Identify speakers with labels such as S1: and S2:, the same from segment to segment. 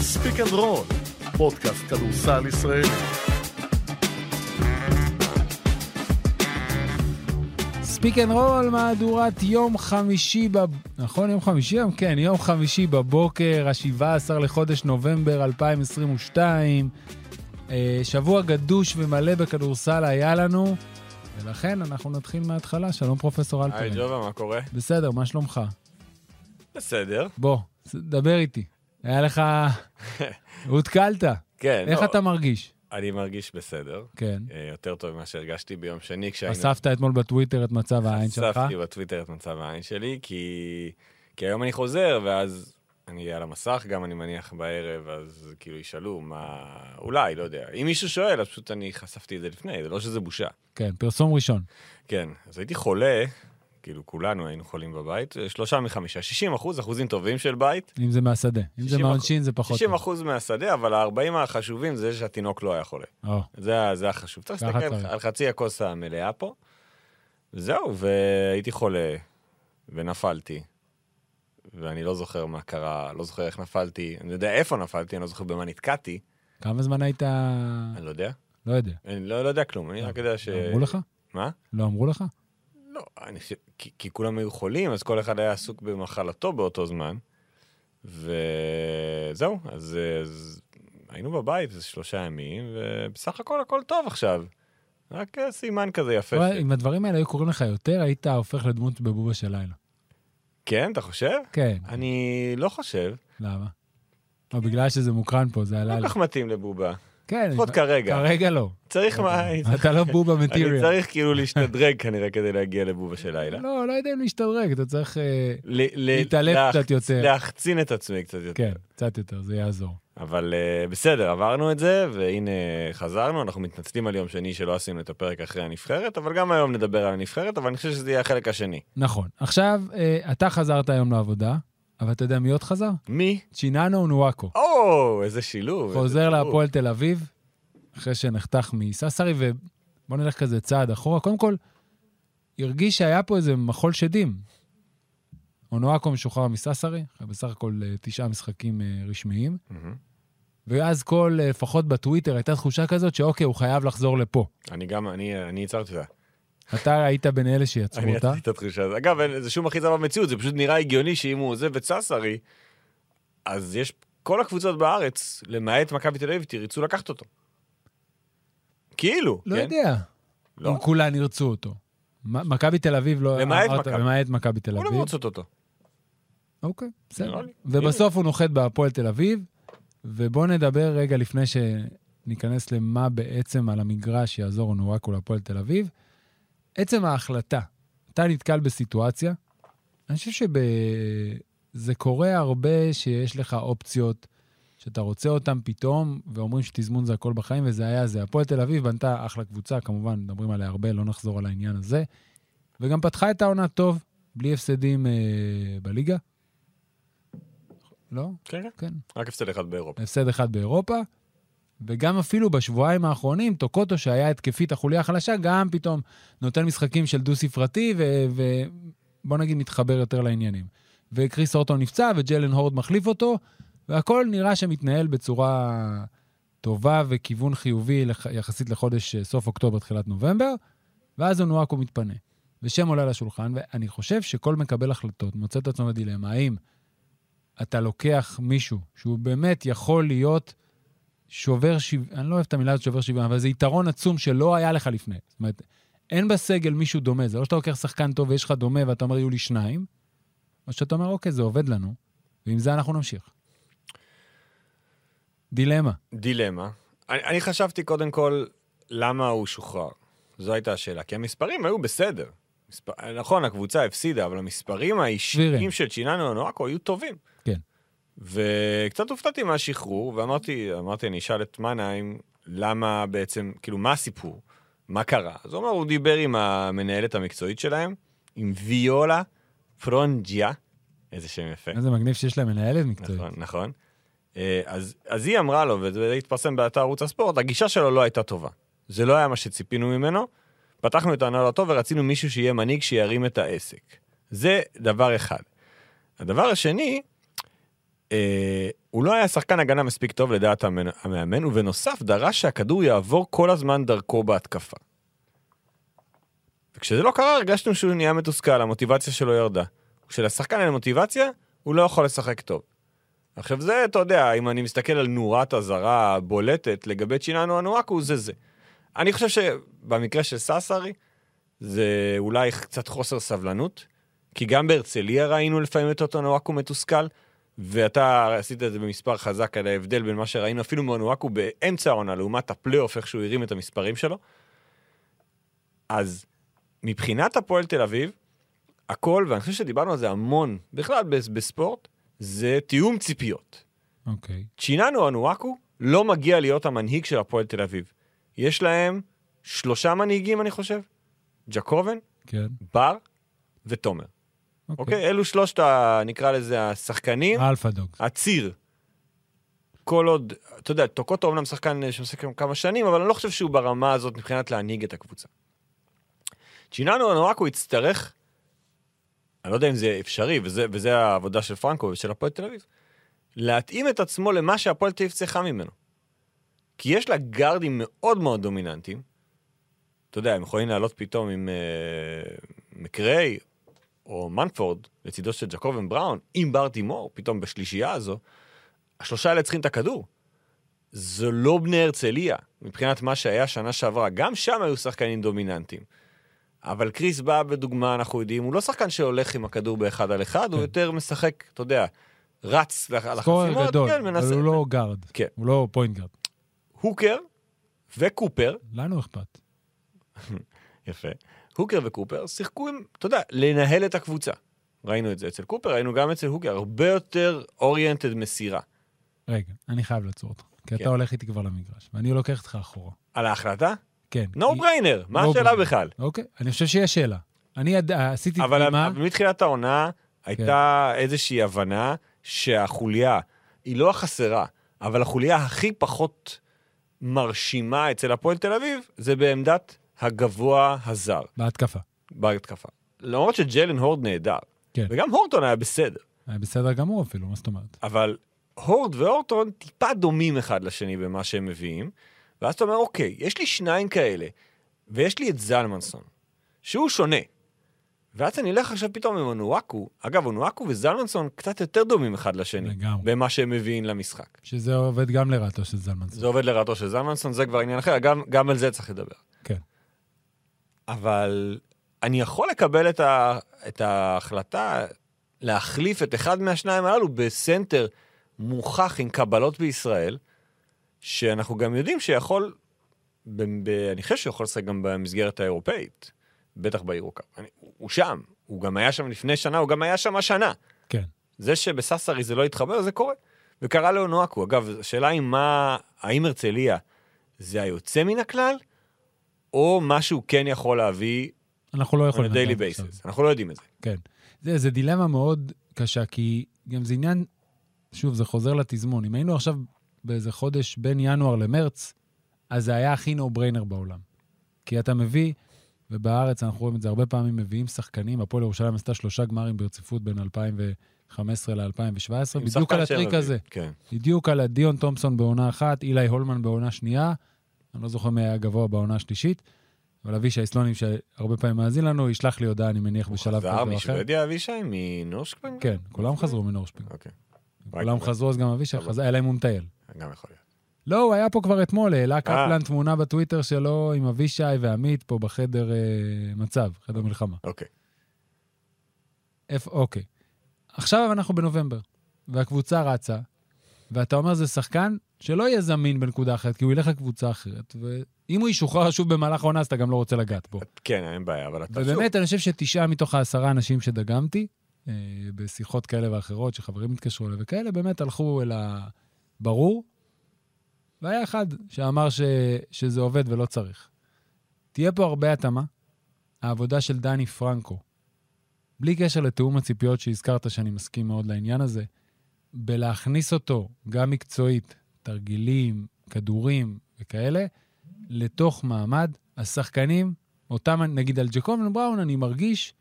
S1: ספיק אנד רול, פודקאסט כדורסל ישראלי.
S2: ספיק אנד רול, מהדורת יום חמישי, בב... נכון? יום חמישי היום? כן, יום חמישי בבוקר, ה-17 לחודש נובמבר 2022. אה, שבוע גדוש ומלא בכדורסל היה לנו, ולכן אנחנו נתחיל מההתחלה. שלום, פרופסור
S3: היי
S2: אלפרין.
S3: ג'ובה, מה קורה?
S2: בסדר, מה שלומך?
S3: בסדר.
S2: בוא, ס- דבר איתי. היה לך... הותקלת.
S3: כן,
S2: איך
S3: לא,
S2: אתה מרגיש?
S3: אני מרגיש בסדר.
S2: כן.
S3: אה, יותר טוב ממה שהרגשתי ביום שני כשהיינו...
S2: אספת אתמול בטוויטר את מצב העין שלך?
S3: כן, אספתי בטוויטר את מצב העין שלי, כי... כי היום אני חוזר, ואז אני אהיה על המסך גם, אני מניח, בערב, אז כאילו ישאלו מה... אולי, לא יודע. אם מישהו שואל, אז פשוט אני חשפתי את זה לפני, זה לא שזה בושה.
S2: כן, פרסום ראשון.
S3: כן, אז הייתי חולה, כאילו כולנו היינו חולים בבית, שלושה מחמישה, 60 אחוז, אחוזים טובים של בית.
S2: אם זה מהשדה. אם זה
S3: 60%.
S2: מהעונשין זה פחות.
S3: 60 אחוז מהשדה, אבל ה-40 החשובים זה שהתינוק לא היה חולה.
S2: טוב. או,
S3: זה, ה- זה החשוב. צריך
S2: ככה
S3: להסתכל
S2: צריך.
S3: על חצי הכוס המלאה פה. זהו, והייתי חולה, ונפלתי, ואני לא זוכר מה קרה, לא זוכר איך נפלתי, אני יודע איפה נפלתי, אני לא זוכר במה נתקעתי,
S2: כמה זמן היית...
S3: אני לא יודע.
S2: לא יודע.
S3: אני לא, לא יודע כלום, אני רק יודע ש...
S2: לא אמרו לך?
S3: מה?
S2: לא אמרו לך?
S3: לא, אני חושב, כי, כי כולם היו חולים, אז כל אחד היה עסוק במחלתו באותו זמן, וזהו, אז, אז היינו בבית איזה שלושה ימים, ובסך הכל הכל טוב עכשיו. רק אה, סימן כזה יפה.
S2: אבל
S3: ש-
S2: אם הדברים האלה היו קורים לך יותר, היית הופך לדמות בבובה של לילה.
S3: כן, אתה חושב?
S2: כן,
S3: אני לא חושב.
S2: למה? לא, בגלל שזה מוקרן פה, זה עלה
S3: לא
S2: לי.
S3: כל כך מתאים לבובה.
S2: כן,
S3: לפחות
S2: אני-
S3: כרגע.
S2: כרגע לא.
S3: צריך מה... אני צריך-
S2: אתה לא בובה
S3: אני
S2: מטיריאל.
S3: צריך כאילו להשתדרג כנראה כדי להגיע לבובה של לילה.
S2: לא, לא יודע אם להשתדרג, אתה צריך... אה,
S3: ל- ל-
S2: להתעלף
S3: להח-
S2: קצת יותר.
S3: להחצין את עצמי קצת יותר.
S2: כן, קצת יותר, זה יעזור.
S3: אבל אה, בסדר, עברנו את זה, והנה חזרנו, אנחנו מתנצלים על יום שני שלא עשינו את הפרק אחרי הנבחרת, אבל גם היום נדבר על הנבחרת, אבל אני חושב שזה יהיה החלק השני.
S2: נכון. עכשיו, אה, אתה חזרת היום לעבודה, אבל אתה יודע מי עוד חזר?
S3: מי?
S2: צ'יננו אונואקו.
S3: או, איזה שילוב. איזה
S2: חוזר
S3: שילוב.
S2: להפועל תל אביב, אחרי שנחתך מססרי, ובוא נלך כזה צעד אחורה. קודם כל, הרגיש שהיה פה איזה מחול שדים. אונואקו משוחרר מססרי, אחרי בסך הכל אה, תשעה משחקים אה, רשמיים,
S3: מהמם.
S2: ואז כל, אה, לפחות בטוויטר, הייתה תחושה כזאת שאוקיי, הוא חייב לחזור לפה.
S3: אני גם, אני אני ייצרתי אותה.
S2: אתה היית בין אלה שיצרו
S3: אני
S2: אותה.
S3: יצאתי את התחושה הזאת. אגב, אין לזה שום אחיזה במציאות, זה פשוט נראה הגיוני שאם הוא עוזב את ססרי, אז יש כל הקבוצות בארץ, למעט מכבי תל אביב, תרצו לקחת אותו. כאילו,
S2: לא
S3: כן?
S2: יודע,
S3: לא.
S2: אם כולן ירצו אותו. מ- מכבי תל אביב לא...
S3: למעט
S2: אמרת-
S3: מכבי. לא
S2: למעט מכבי תל
S3: כולם
S2: אביב.
S3: רוצות אותו.
S2: אוקיי, בסדר.
S3: נראה לי.
S2: ובסוף הוא נוחת בהפועל תל אביב, ובואו נדבר רגע לפני שניכנס למה בעצם על המגרש שיעזור אונואקו להפועל תל אביב. עצם ההחלטה, אתה נתקל בסיטואציה, אני חושב שזה קורה הרבה שיש לך אופציות שאתה רוצה אותן פתאום, ואומרים שתזמון זה הכל בחיים, וזה היה זה. הפועל תל אביב בנתה אחלה קבוצה, כמובן, מדברים עליה הרבה, לא נחזור על העניין הזה. וגם פתחה את העונה טוב, בלי הפסדים אה, בליגה. לא?
S3: כן, כן.
S2: כן.
S3: רק הפסד אחד באירופה.
S2: הפסד אחד באירופה, וגם אפילו בשבועיים האחרונים, טוקוטו, שהיה התקפית החוליה החלשה, גם פתאום נותן משחקים של דו-ספרתי, ובוא נגיד מתחבר יותר לעניינים. וקריס אורטון נפצע, וג'לן הורד מחליף אותו, והכל נראה שמתנהל בצורה טובה וכיוון חיובי לח... יחסית לחודש אה, סוף אוקטובר, תחילת נובמבר, ואז אונואקו מתפנה. ושם עולה לשולחן, ואני חושב שכל מקבל החלטות מוצא את עצמו בדילמה, האם אתה לוקח מישהו שהוא באמת יכול להיות שובר שוויון, אני לא אוהב את המילה הזאת שובר שוויון, אבל זה יתרון עצום שלא היה לך לפני. זאת אומרת, אין בסגל מישהו דומה, זה לא שאתה לוקח שחקן טוב ויש לך דומה ואתה אומר, יהיו לי שניים, או שאתה אומר, אוקיי, זה עובד לנו, ועם זה אנחנו נמשיך. דילמה.
S3: דילמה. אני, אני חשבתי קודם כל, למה הוא שוחרר? זו הייתה השאלה. כי המספרים היו בסדר. מספ... נכון, הקבוצה הפסידה, אבל המספרים
S2: סבירים.
S3: האישיים של צ'יננו אונואקו היו טובים.
S2: כן.
S3: וקצת הופתעתי מהשחרור, ואמרתי, אמרתי, אני אשאל את מנהיים, למה בעצם, כאילו, מה הסיפור? מה קרה? אז הוא אמר, הוא דיבר עם המנהלת המקצועית שלהם, עם ויולה פרונג'יה, איזה שם יפה.
S2: איזה מגניב שיש להם מנהלת מקצועית.
S3: כן. נכון, נכון. אה, אז, אז היא אמרה לו, וזה התפרסם באתר ערוץ הספורט, הגישה שלו לא הייתה טובה. זה לא היה מה שציפינו ממנו. פתחנו את הנהלתו ורצינו מישהו שיהיה מנהיג שירים את העסק. זה דבר אחד. הדבר השני, אה, הוא לא היה שחקן הגנה מספיק טוב לדעת המנ- המאמן, ובנוסף דרש שהכדור יעבור כל הזמן דרכו בהתקפה. וכשזה לא קרה הרגשנו שהוא נהיה מתוסכל, המוטיבציה שלו ירדה. כשלשחקן אין מוטיבציה, הוא לא יכול לשחק טוב. עכשיו זה, אתה יודע, אם אני מסתכל על נורת אזהרה בולטת לגבי צ'יננו אנואקו, זה זה. אני חושב שבמקרה של ססרי, זה אולי קצת חוסר סבלנות, כי גם בהרצליה ראינו לפעמים את אותו נוואקו מתוסכל, ואתה עשית את זה במספר חזק על ההבדל בין מה שראינו אפילו מנוואקו באמצע העונה, לעומת הפלייאוף, איך שהוא הרים את המספרים שלו. אז מבחינת הפועל תל אביב, הכל, ואני חושב שדיברנו על זה המון, בכלל בס- בספורט, זה תיאום ציפיות.
S2: אוקיי.
S3: צ'יננו אנואקו לא מגיע להיות המנהיג של הפועל תל אביב. יש להם שלושה מנהיגים, אני חושב, ג'קובן,
S2: כן.
S3: בר ותומר. אוקיי?
S2: אוקיי.
S3: Okay. אלו שלושת, ה- נקרא לזה, השחקנים,
S2: אלפא דוג.
S3: הציר. כל עוד, אתה יודע, טוקוטו אומנם שחקן אה, שמשחק גם כמה שנים, אבל אני לא חושב שהוא ברמה הזאת מבחינת להנהיג את הקבוצה. צ'יננו אנואקו יצטרך, אני לא יודע אם זה אפשרי, וזה, וזה העבודה של פרנקו ושל הפועל תל אביב, להתאים את עצמו למה שהפועל תל אביב צריכה ממנו. כי יש לה גארדים מאוד מאוד דומיננטיים. אתה יודע, הם יכולים לעלות פתאום עם אה, מקריי או מנפורד לצידו של ג'קובן בראון, עם ברטי מור, פתאום בשלישייה הזו, השלושה האלה צריכים את הכדור. זה לא בני הרצליה, מבחינת מה שהיה שנה שעברה. גם שם היו שחקנים דומיננטיים. אבל קריס בא בדוגמה, אנחנו יודעים, הוא לא שחקן שהולך עם הכדור באחד על אחד, הוא
S2: כן.
S3: יותר משחק, אתה יודע, רץ לח-
S2: סקורר
S3: לחסימות,
S2: גדול,
S3: כן,
S2: אבל
S3: מנסה.
S2: הוא לא גארד.
S3: כן.
S2: הוא לא פוינט גארד.
S3: הוקר וקופר,
S2: לנו אכפת.
S3: יפה, הוקר וקופר שיחקו עם, אתה יודע, לנהל את הקבוצה. ראינו את זה אצל קופר, ראינו גם אצל הוקר, הרבה יותר אוריינטד מסירה.
S2: רגע, אני חייב לעצור אותך. כי
S3: כן.
S2: אתה הולך איתי כבר למגרש, ואני לוקח אותך אחורה.
S3: על ההחלטה?
S2: כן.
S3: נו
S2: כי-
S3: בריינר, מה
S2: No
S3: השאלה
S2: brainer.
S3: בכלל?
S2: אוקיי, אני חושב שיש שאלה. אני יד- עשיתי
S3: אבל
S2: דגימה,
S3: אבל מתחילת העונה הייתה
S2: כן.
S3: איזושהי הבנה שהחוליה היא לא החסרה, אבל החוליה הכי פחות מרשימה אצל הפועל תל אביב זה בעמדת הגבוה הזר.
S2: בהתקפה.
S3: בהתקפה. למרות שג'לן הורד נהדר,
S2: כן.
S3: וגם הורטון היה בסדר,
S2: היה בסדר גמור אפילו, מה זאת אומרת?
S3: אבל הורד והורטון טיפה דומים אחד לשני במה שהם מביאים, ואז אתה אומר, אוקיי, יש לי שניים כאלה, ויש לי את זלמנסון, שהוא שונה. ואז אני אלך עכשיו פתאום עם אונואקו, אגב, אונואקו וזלמנסון קצת יותר דומים אחד לשני,
S2: לגמרי.
S3: במה שהם מביאים למשחק.
S2: שזה עובד גם לרעתו של זלמנסון.
S3: זה עובד לרעתו של זלמנסון, זה כבר עניין אחר, גם, גם על זה צריך לדבר.
S2: כן.
S3: אבל אני יכול לקבל את, ה, את ההחלטה להחליף את אחד מהשניים הללו בסנטר מוכח עם קבלות בישראל, שאנחנו גם יודעים שיכול, ב, ב, אני חושב שהוא יכול לשחק גם במסגרת האירופאית, בטח בירוקה. אני, הוא הוא שם, הוא גם היה שם לפני שנה, הוא גם היה שם השנה.
S2: כן.
S3: זה שבססרי זה לא התחבר, זה קורה. וקרה לאונואקו. אגב, השאלה היא מה, האם הרצליה זה היוצא מן הכלל, או מה שהוא כן יכול להביא
S2: אנחנו לא
S3: on
S2: יכולים...
S3: a
S2: לדעת
S3: daily
S2: עכשיו.
S3: basis. אנחנו לא יודעים את זה.
S2: כן. זה, זה דילמה מאוד קשה, כי גם זה עניין, שוב, זה חוזר לתזמון. אם היינו עכשיו באיזה חודש בין ינואר למרץ, אז זה היה הכי נו בריינר בעולם. כי אתה מביא, ובארץ אנחנו רואים את זה הרבה פעמים, מביאים שחקנים, הפועל ירושלים עשתה שלושה גמרים ברציפות בין 2015 ל-2017,
S3: עם
S2: בדיוק
S3: שחקן
S2: על
S3: שהם
S2: הטריק
S3: מביאים.
S2: הזה.
S3: כן.
S2: בדיוק על דיון תומפסון בעונה אחת, אילי הולמן בעונה שנייה, אני לא זוכר מי היה גבוה בעונה השלישית, אבל אבישי סלונים, שהרבה פעמים מאזין לנו, ישלח לי הודעה, אני מניח, בשלב כזה
S3: זהר
S2: או אחר.
S3: משוודיה אבישי? מנורשקוונג?
S2: כן, כולם חזרו מנורשפינג.
S3: אוקיי.
S2: כולם חזרו, אז גם אבישי
S3: אבל-
S2: חזר, אלא אם הוא מטייל.
S3: גם יכול להיות.
S2: לא, הוא היה פה כבר אתמול, העלה קפלן תמונה בטוויטר שלו עם אבישי ועמית פה בחדר אה, מצב, חדר מלחמה.
S3: אוקיי.
S2: איפה, אוקיי. עכשיו אנחנו בנובמבר, והקבוצה רצה, ואתה אומר זה שחקן שלא יהיה זמין בנקודה אחרת, כי הוא ילך לקבוצה אחרת, ואם הוא ישוחרר שוב במהלך העונה, אז אתה גם לא רוצה לגעת בו.
S3: כן, אין בעיה, אבל אתה שוב.
S2: ובאמת, אני חושב שתשעה מתוך העשרה אנשים שדגמתי, אה, בשיחות כאלה ואחרות, שחברים התקשרו אליי וכאלה, באמת הלכו אל הברור, והיה אחד שאמר ש... שזה עובד ולא צריך. תהיה פה הרבה התאמה. העבודה של דני פרנקו, בלי קשר לתיאום הציפיות שהזכרת, שאני מסכים מאוד לעניין הזה, בלהכניס אותו, גם מקצועית, תרגילים, כדורים וכאלה, לתוך מעמד השחקנים, אותם, נגיד על ג'קובן בראון, אני מרגיש,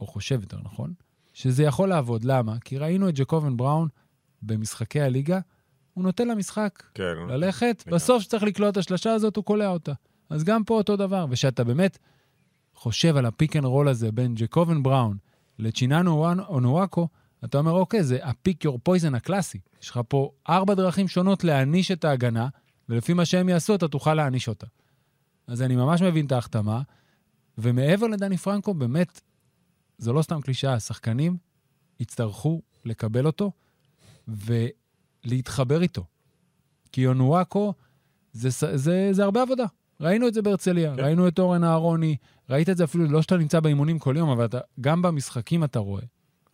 S2: או חושב יותר נכון, שזה יכול לעבוד. למה? כי ראינו את ג'קובן בראון במשחקי הליגה, הוא נותן למשחק
S3: כן.
S2: ללכת,
S3: לגמרי.
S2: בסוף שצריך לקלוע את השלשה הזאת, הוא קולע אותה. אז גם פה אותו דבר, ושאתה באמת חושב על הפיק אנד רול הזה בין ג'קובן בראון לצ'יננו אונוואקו, אתה אומר, אוקיי, זה הפיק יור פויזן הקלאסי. יש לך פה ארבע דרכים שונות להעניש את ההגנה, ולפי מה שהם יעשו, אתה תוכל להעניש אותה. אז אני ממש מבין את ההחתמה, ומעבר לדני פרנקו, באמת, זו לא סתם קלישאה, השחקנים יצטרכו לקבל אותו ולהתחבר איתו. כי אונואקו זה, ס- זה, זה הרבה עבודה. ראינו את זה בהרצליה,
S3: כן.
S2: כן. ראינו את אורן אהרוני, ראית את זה אפילו, לא שאתה נמצא באימונים כל יום, אבל אתה, גם במשחקים אתה רואה.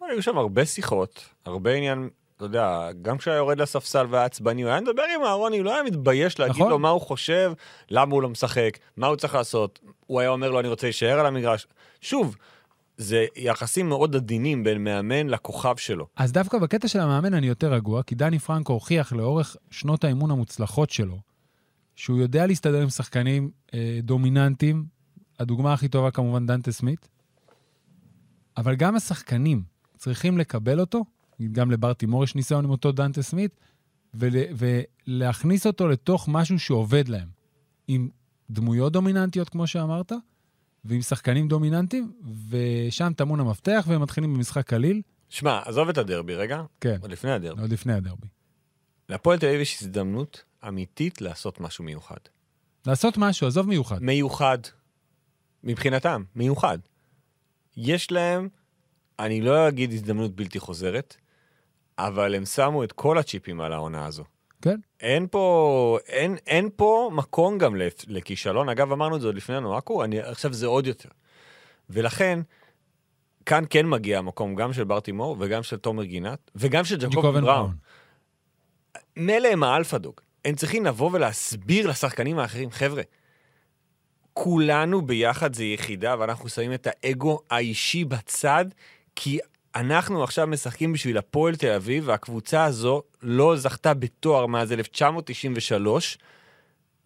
S3: לא, היו שם הרבה שיחות, הרבה עניין, אתה יודע, גם כשהיה יורד לספסל והיה עצבני, הוא היה מדבר עם אהרוני, הוא לא היה מתבייש להגיד
S2: נכון.
S3: לו מה הוא חושב, למה הוא לא משחק, מה הוא צריך לעשות. הוא היה אומר לו, אני רוצה להישאר על המגרש. שוב, זה יחסים מאוד עדינים בין מאמן לכוכב שלו.
S2: אז דווקא בקטע של המאמן אני יותר רגוע, כי דני פרנקו הוכיח לאורך שנות האימון המוצלחות שלו, שהוא יודע להסתדר עם שחקנים אה, דומיננטיים, הדוגמה הכי טובה כמובן דנטה סמית, אבל גם השחקנים צריכים לקבל אותו, גם לבר תימור יש ניסיון עם אותו דנטה סמית, ול, ולהכניס אותו לתוך משהו שעובד להם, עם דמויות דומיננטיות, כמו שאמרת, ועם שחקנים דומיננטיים, ושם טמון המפתח, והם מתחילים במשחק קליל,
S3: שמע, עזוב את הדרבי רגע,
S2: כן.
S3: עוד לפני הדרבי.
S2: עוד לפני הדרבי.
S3: להפועל תל אביב יש הזדמנות אמיתית לעשות משהו מיוחד.
S2: לעשות משהו, עזוב מיוחד.
S3: מיוחד. מבחינתם, מיוחד. יש להם, אני לא אגיד הזדמנות בלתי חוזרת, אבל הם שמו את כל הצ'יפים על העונה הזו.
S2: כן.
S3: אין פה, אין, אין פה מקום גם לפ- לכישלון. אגב, אמרנו את זה עוד לפני הנואקו, אני, עכשיו זה עוד יותר. ולכן, כאן כן מגיע המקום גם של ברטימור וגם של תומר גינת, וגם של ג'קובן בראון. מילא הם האלפה דוג, הם צריכים לבוא ולהסביר לשחקנים האחרים, חבר'ה, כולנו ביחד זה יחידה, ואנחנו שמים את האגו האישי בצד, כי אנחנו עכשיו משחקים בשביל הפועל תל אביב, והקבוצה הזו לא זכתה בתואר מאז 1993,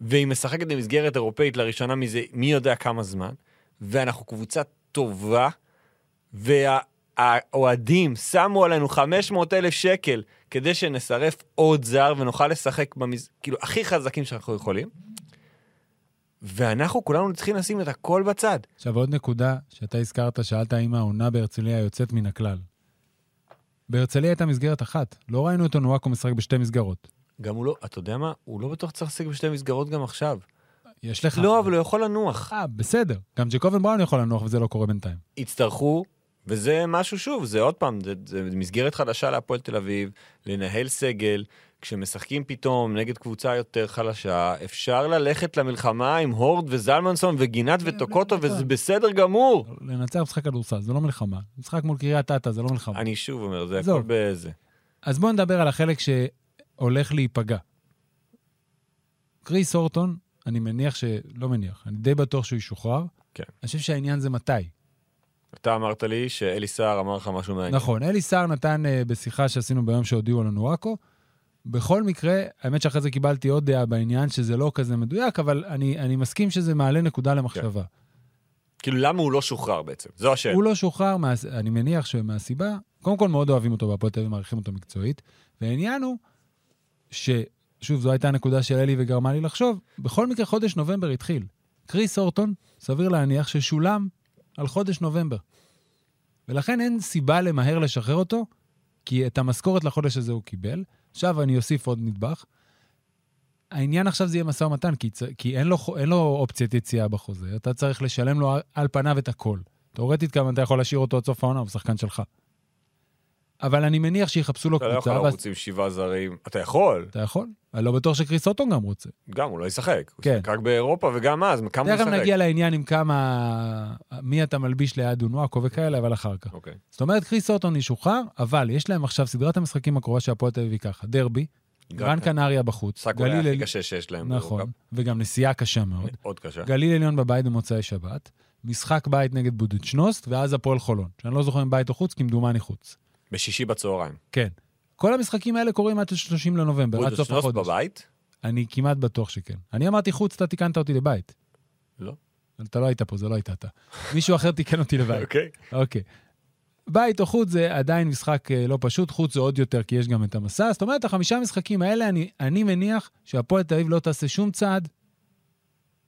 S3: והיא משחקת במסגרת אירופאית לראשונה מזה מי יודע כמה זמן, ואנחנו קבוצה טובה, והאוהדים שמו עלינו 500 אלף שקל כדי שנשרף עוד זר ונוכל לשחק במז... כאילו, הכי חזקים שאנחנו יכולים. ואנחנו כולנו צריכים לשים את הכל בצד.
S2: עכשיו, עוד נקודה שאתה הזכרת, שאלת האם העונה בהרצליה יוצאת מן הכלל. בהרצליה הייתה מסגרת אחת, לא ראינו את אונואקו משחק בשתי מסגרות.
S3: גם הוא לא, אתה יודע מה? הוא לא בטוח צריך לשחק בשתי מסגרות גם עכשיו.
S2: יש לך.
S3: לא, אבל הוא יכול לנוח.
S2: אה, בסדר. גם ג'קובן בראון יכול לנוח וזה לא קורה בינתיים.
S3: יצטרכו, וזה משהו שוב, זה עוד פעם, זה, זה מסגרת חדשה להפועל תל אביב, לנהל סגל. כשמשחקים פתאום נגד קבוצה יותר חלשה, אפשר ללכת למלחמה עם הורד וזלמנסון וגינת
S2: כן,
S3: וטוקוטו, וזה בסדר גמור.
S2: לנצח משחק כדורסל, זה לא מלחמה. משחק מול קריית אתא, זה לא מלחמה.
S3: אני שוב אומר, זה הכל
S2: עזוב.
S3: בזה.
S2: אז בואו נדבר על החלק שהולך להיפגע. קריס אורטון, אני מניח ש... לא מניח, אני די בטוח שהוא ישוחרר.
S3: כן.
S2: אני חושב שהעניין זה מתי.
S3: אתה אמרת לי שאלי סער אמר לך משהו מעניין.
S2: נכון, אלי סער נתן אה, בשיחה שעשינו ביום שהודיעו לנו עכו. בכל מקרה, האמת שאחרי זה קיבלתי עוד דעה בעניין שזה לא כזה מדויק, אבל אני, אני מסכים שזה מעלה נקודה למחשבה.
S3: כאילו, למה הוא לא שוחרר בעצם? זו השאלה.
S2: הוא לא שוחרר, מה, אני מניח שמהסיבה, קודם כל מאוד אוהבים אותו בהפועל תל אביב, מעריכים אותו מקצועית, והעניין הוא ש... שוב, זו הייתה הנקודה של אלי וגרמה לי לחשוב, בכל מקרה חודש נובמבר התחיל. קריס אורטון, סביר להניח ששולם על חודש נובמבר. ולכן אין סיבה למהר לשחרר אותו, כי את המשכורת לחודש הזה הוא קיבל. עכשיו אני אוסיף עוד נדבך. העניין עכשיו זה יהיה משא ומתן, כי, צ- כי אין, לו, חו- אין לו אופציית יציאה בחוזה, אתה צריך לשלם לו על- על פניו את הכל. תאורטית גם אתה יכול להשאיר אותו עד סוף העונה, הוא שחקן שלך. אבל אני מניח שיחפשו לו
S3: אתה לא יכול
S2: קבוצה, ואז-
S3: לרוץ עם שבעה זרים. אתה יכול,
S2: אתה יכול. אני לא בטוח שקריס אוטון גם רוצה.
S3: גם, הוא לא ישחק. הוא
S2: כן.
S3: ישחק רק באירופה, וגם אז, כמה הוא
S2: תכף
S3: ישחק?
S2: נגיע לעניין עם כמה... מי אתה מלביש ליד אונואקו וכאלה, אבל אחר כך.
S3: אוקיי.
S2: זאת אומרת, קריס אוטון ישוחרר, אבל יש להם עכשיו סדרת המשחקים הקרובה שהפועל תל אביב ייקח. דרבי, גרן קנריה בחוץ,
S3: כן. משחק אולי הכי
S2: עלי-
S3: קשה כן. שיש להם.
S2: נכון,
S3: באירופה.
S2: וגם נסיעה קשה מאוד.
S3: מאוד קשה.
S2: גליל עליון בבית במוצאי שבת, משחק בית נגד בודדשנוסט, ואז הפועל חולון, שאני לא זוכר אם בית או חוץ, כמדומני חוץ.
S3: בשישי בצהריים.
S2: כן. כל המשחקים האלה קורים עד 30 לנובמבר, עד
S3: בודו
S2: סוף
S3: שנוף
S2: החודש.
S3: בבית?
S2: אני כמעט בטוח שכן. אני אמרתי חוץ, אתה תיקנת אותי לבית.
S3: לא.
S2: אתה לא היית פה, זה לא היית אתה. מישהו אחר תיקן אותי לבית.
S3: אוקיי.
S2: אוקיי. בית או חוץ זה עדיין משחק אה, לא פשוט, חוץ זה עוד יותר, כי יש גם את המסע. זאת אומרת, החמישה המשחקים האלה, אני, אני מניח שהפועל תל אביב לא תעשה שום צעד,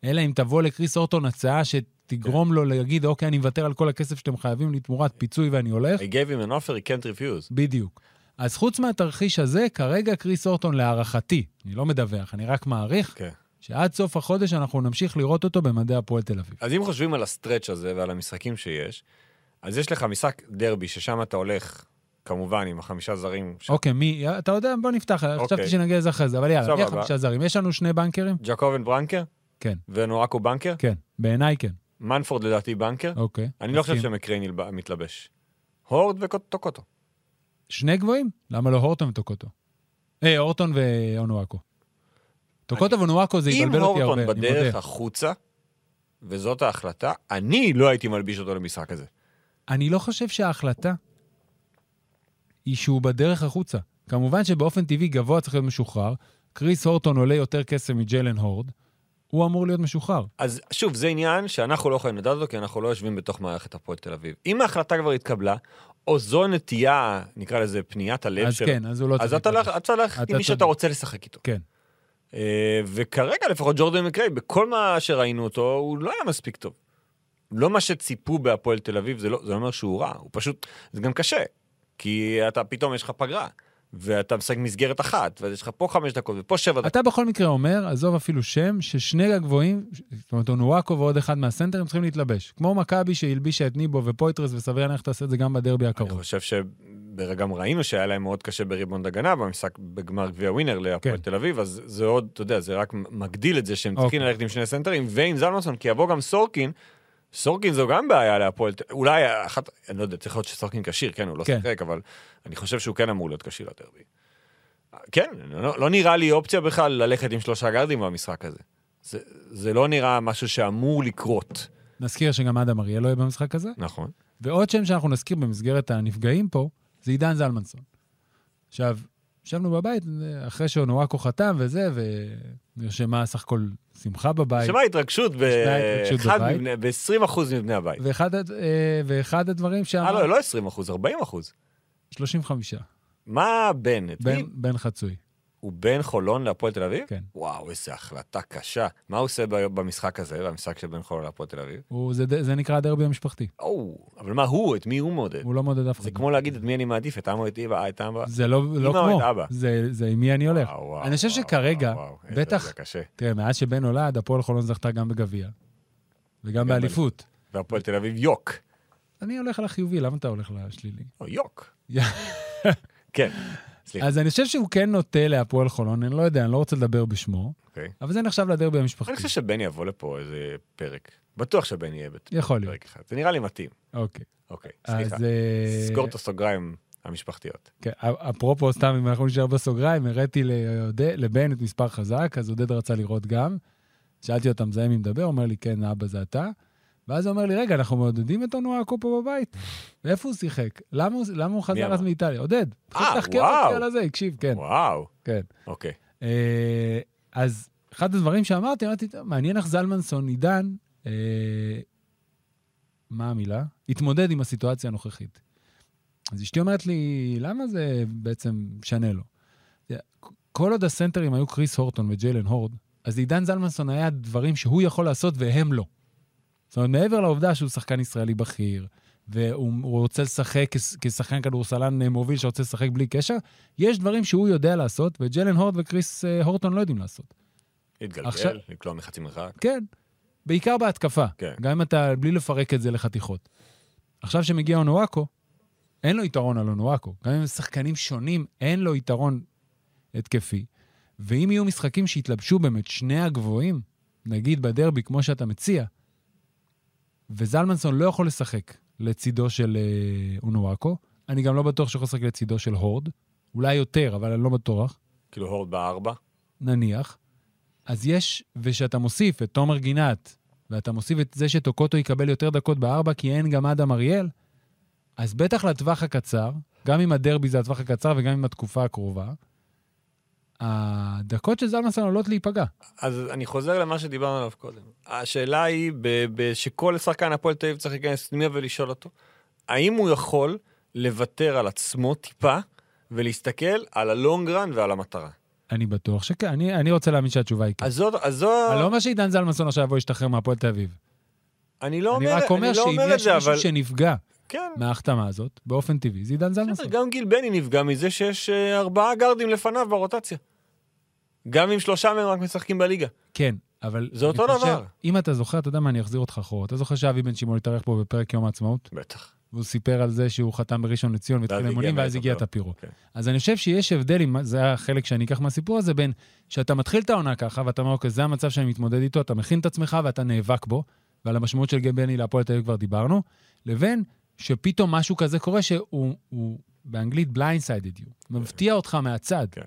S2: אלא אם תבוא לקריס אורטון הצעה שתגרום לו להגיד, אוקיי, אני מוותר על כל הכסף שאתם חייבים לי תמורת פיצוי ואני הולך.
S3: I gave him an offer, he can't refuse.
S2: בדיוק. אז חוץ מהתרחיש הזה, כרגע קריס אורטון, להערכתי, אני לא מדווח, אני רק מעריך,
S3: כן.
S2: שעד סוף החודש אנחנו נמשיך לראות אותו במדעי הפועל תל אביב.
S3: אז אם חושבים על הסטרץ' הזה ועל המשחקים שיש, אז יש לך משחק דרבי ששם אתה הולך, כמובן, עם החמישה זרים, ש... אוקיי.
S2: אוקיי, מי, אתה יודע, בוא נפתח, חשבתי שנגיע לזה אחרי זה, אבל יאללה, מי
S3: סבבה.
S2: החמישה זרים? יש לנו שני בנקרים?
S3: ג'קובן ברנקר
S2: כן,
S3: ונואקו בנקר,
S2: כן, בעיניי כן,
S3: מנפורד לדעתי בנקר,
S2: אוקיי.
S3: אני לא חושב
S2: מסכים.
S3: שמקרייניל ב- מתלבש. הורד וטוקוטו.
S2: שני גבוהים? למה לא הורטון וטוקוטו? אה, הורטון ואונואקו. טוקוטו ואונואקו זה
S3: אם
S2: יבלבל אותי הרבה,
S3: הורטון
S2: אני
S3: בדרך
S2: מודה.
S3: החוצה, וזאת ההחלטה, אני לא הייתי מלביש אותו למשחק הזה.
S2: אני לא חושב שההחלטה היא שהוא בדרך החוצה. כמובן שבאופן טבעי גבוה צריך להיות משוחרר, קריס הורטון עולה יותר כסף מג'לן הורד, הוא אמור להיות משוחרר.
S3: אז שוב, זה עניין שאנחנו לא יכולים לדעת אותו, כי אנחנו לא יושבים בתוך מערכת הפועל תל אביב. אם ההחלטה כבר התקבלה, או זו נטייה, נקרא לזה פניית הלב
S2: אז
S3: שלו,
S2: כן, אז הוא לא צריך...
S3: אז אתה
S2: להתלבש.
S3: לך, אתה לך
S2: אתה
S3: עם מי
S2: צודק.
S3: שאתה רוצה לשחק איתו.
S2: כן.
S3: אה, וכרגע לפחות ג'ורדן מקריי, בכל מה שראינו אותו, הוא לא היה מספיק טוב. לא מה שציפו בהפועל תל אביב, זה לא, זה לא אומר שהוא רע, הוא פשוט, זה גם קשה. כי אתה פתאום יש לך פגרה, ואתה משחק מסגרת אחת, ואז יש לך פה חמש דקות ופה שבע דקות.
S2: אתה בכל מקרה אומר, עזוב אפילו שם, ששני הגבוהים, זאת אומרת אונואקו ועוד אחד מהסנטרים צריכים להתלבש. כמו מכבי שהלבישה את ניבו ופויטרס וסביר להניח שתעשה את זה גם בדרבי
S3: אני
S2: הקרוב.
S3: חושב שגם ראינו שהיה להם מאוד קשה בריבונד הגנה במשחק בגמר גביע ווינר להפועל
S2: כן.
S3: תל אביב, אז זה עוד, אתה יודע, זה רק מגדיל את זה שהם
S2: אוקיי.
S3: צריכים ללכת עם שני סנטרים ועם זלמנסון, כי יבוא גם סורקין, סורקין זו גם בעיה להפועל, ת- אולי אחת, אני לא יודע, צריך להיות שסורקין כשיר, כן, הוא לא
S2: כן.
S3: שיחק, אבל אני חושב שהוא כן אמור להיות כשיר לדרבי. כן, לא, לא נראה לי אופציה בכלל ללכת עם שלושה גארדים במשחק הזה. זה, זה לא נראה משהו שאמור לקרות.
S2: נזכיר שגם אדם אריה לא יהיה במשחק הזה.
S3: נכון.
S2: ועוד שם שאנחנו נזכיר במסגרת הנפגעים פה, זה עידן זלמנסון. עכשיו, ישבנו בבית אחרי שאונואקו חתם וזה, ונרשמה סך הכל שמחה בבית.
S3: שמה התרגשות ב...
S2: ישנה התרגשות
S3: אחד
S2: בבית.
S3: מבני- ב-20% מבני הבית.
S2: ואחד, הד- אה, ואחד הדברים
S3: אה,
S2: שאמר,
S3: לא, לא 20 אחוז, 40 אחוז.
S2: 35,
S3: מה בנט?
S2: בן-
S3: מי-
S2: בן חצוי.
S3: הוא בן חולון להפועל תל אביב?
S2: כן.
S3: וואו, איזו החלטה קשה. מה הוא עושה ב- במשחק הזה, במשחק של בן חולון להפועל תל אביב?
S2: הוא- זה ד- זה נקרא הדרבי המשפחתי,
S3: או, אבל מה הוא, את מי הוא מודד?
S2: הוא לא מודד אף אחד.
S3: זה כמו להגיד את מי אני מעדיף, את אמה או את איבא, את אמה.
S2: זה לא, לא
S3: אמא או
S2: כמו,
S3: את אבא?
S2: זה, זה עם מי אני הולך.
S3: וואו, וואו,
S2: אני חושב
S3: וואו,
S2: שכרגע,
S3: וואו, וואו, איזה-
S2: בטח,
S3: זה קשה.
S2: תראה, מאז שבן נולד, הפועל חולון זכתה גם בגביע, וגם באליפות.
S3: והפועל תל אביב יוק.
S2: אני הולך על החיובי, למה אתה הולך לשלילי?
S3: או, יוק. כן, סליחה.
S2: אז אני חושב שהוא כן נוטה להפועל חולון, אני לא יודע, אני לא רוצה לדבר בשמו,
S3: אוקיי.
S2: אבל זה נחשב לדרבי המשפחתי.
S3: אני חושב שבן יבוא לפה איזה פרק. בטוח שבן יהיה בת-
S2: יכול להיות,
S3: בפרק אחד. זה נראה לי מתאים.
S2: אוקיי.
S3: אוקיי, סליחה.
S2: אז אה,
S3: סגור את הסוגריים המשפחתיות.
S2: כן, אפרופו, סתם, אם אנחנו נשאר בסוגריים, הראתי לעודד- לבן את מספר חזק, אז עודד רצה לראות גם. שאלתי אותה, מזהה מי מדבר? אומר לי, כן, אבא זה אתה. ואז הוא אומר לי, רגע, אנחנו מעודדים את אונואקו פה בבית. ואיפה הוא שיחק? למה הוא, למה הוא חזר
S3: אמר?
S2: אז מאיטליה? עודד, התחיל
S3: אה,
S2: לתחקר
S3: וואו.
S2: אותי על הזה, הקשיב, כן,
S3: וואו,
S2: כן.
S3: אוקיי.
S2: אה, אז אחד הדברים שאמרתי, אמרתי, "טוב, מעניין איך זלמנסון עידן, אה, מה המילה? התמודד עם הסיטואציה הנוכחית. אז אשתי אומרת לי, למה זה בעצם משנה לו? זה- כל עוד הסנטרים היו קריס הורטון וג'יילן הורד, אז עידן זלמנסון היה דברים שהוא יכול לעשות והם לא. זאת אומרת, מעבר לעובדה שהוא שחקן ישראלי בכיר, והוא הוא רוצה לשחק כש- כשחקן כדורסלן אה, מוביל שרוצה לשחק בלי קשר, יש דברים שהוא יודע לעשות, וג'לן הורד וקריס אה, הורטון לא יודעים לעשות. עכשיו-
S3: להתגלגל, לקלוע מחצי מרחק.
S2: כן, בעיקר בהתקפה.
S3: כן.
S2: גם אם אתה, בלי לפרק את זה לחתיכות. עכשיו שמגיע אונואקו, אין לו יתרון על אונואקו. גם אם הם שחקנים שונים, אין לו יתרון התקפי. ואם יהיו משחקים שיתלבשו באמת שני הגבוהים, נגיד בדרבי, כמו שאתה מציע, וזלמנסון לא יכול לשחק לצידו של אה, אונואקו, אני גם לא בטוח שהוא יכול לשחק לצידו של הורד, אולי יותר, אבל אני לא בטוח.
S3: כאילו הורד בארבע.
S2: נניח, אז יש, ושאתה מוסיף את תומר גינת, ואתה מוסיף את זה שטוקוטו יקבל יותר דקות בארבע, כי אין גם אדם אריאל, אז בטח לטווח הקצר, גם אם הדרבי זה הטווח הקצר וגם אם התקופה הקרובה, הדקות של זלמנסון עולות להיפגע.
S3: אז אני חוזר למה שדיברנו עליו קודם. השאלה היא ב- ב- שכל שחקן הפועל תל אביב צריך להיכנס פנימה ולשאול אותו, האם הוא יכול לוותר על עצמו טיפה ולהסתכל על הלונג רן ועל המטרה.
S2: אני בטוח שכן, אני, אני רוצה להאמין שהתשובה היא כן.
S3: אז זאת, אז זו...
S2: אני לא אומר שעידן זלמנסון עכשיו יבוא להשתחרר מהפועל תל אביב.
S3: אני לא
S2: אני
S3: אומר,
S2: רק אומר
S3: אני לא
S2: שאם
S3: אומר את
S2: יש
S3: זה,
S2: מישהו
S3: אבל...
S2: שנפגע
S3: כן,
S2: מההחתמה הזאת, באופן טבעי, זה עידן
S3: בסדר,
S2: זלמנסון.
S3: גם גיל בני נפגע מזה שיש אה, ארבעה גארדים לפניו ברוטציה. גם אם שלושה מהם רק משחקים בליגה.
S2: כן, אבל...
S3: זה
S2: אני
S3: אותו
S2: חושב-
S3: דבר.
S2: אם אתה זוכר, אתה יודע מה, אני אחזיר אותך אחורה. אתה זוכר שאבי בן שמעון התארח פה בפרק יום העצמאות?
S3: בטח.
S2: והוא סיפר על זה שהוא חתם בראשון לציון
S3: ואז
S2: והתחיל
S3: הגיע
S2: אימונים, ואז
S3: מאיר
S2: הגיע את
S3: טפירו.
S2: הפירו.
S3: אוקיי.
S2: אז אני חושב שיש הבדל, אם זה החלק שאני אקח מהסיפור הזה, בין שאתה מתחיל את העונה ככה, ואתה אומר, אוקיי, זה המצב שאני מתמודד איתו, אתה מכין את עצמך ואתה נאבק בו, ועל המשמעות של גיא בני להפועל תל אביב כבר דיברנו, לבין שפתאום משהו כזה קורה שהוא, הוא, באנגלית blindsided you, מפתיע אותך מהצד.
S3: כן.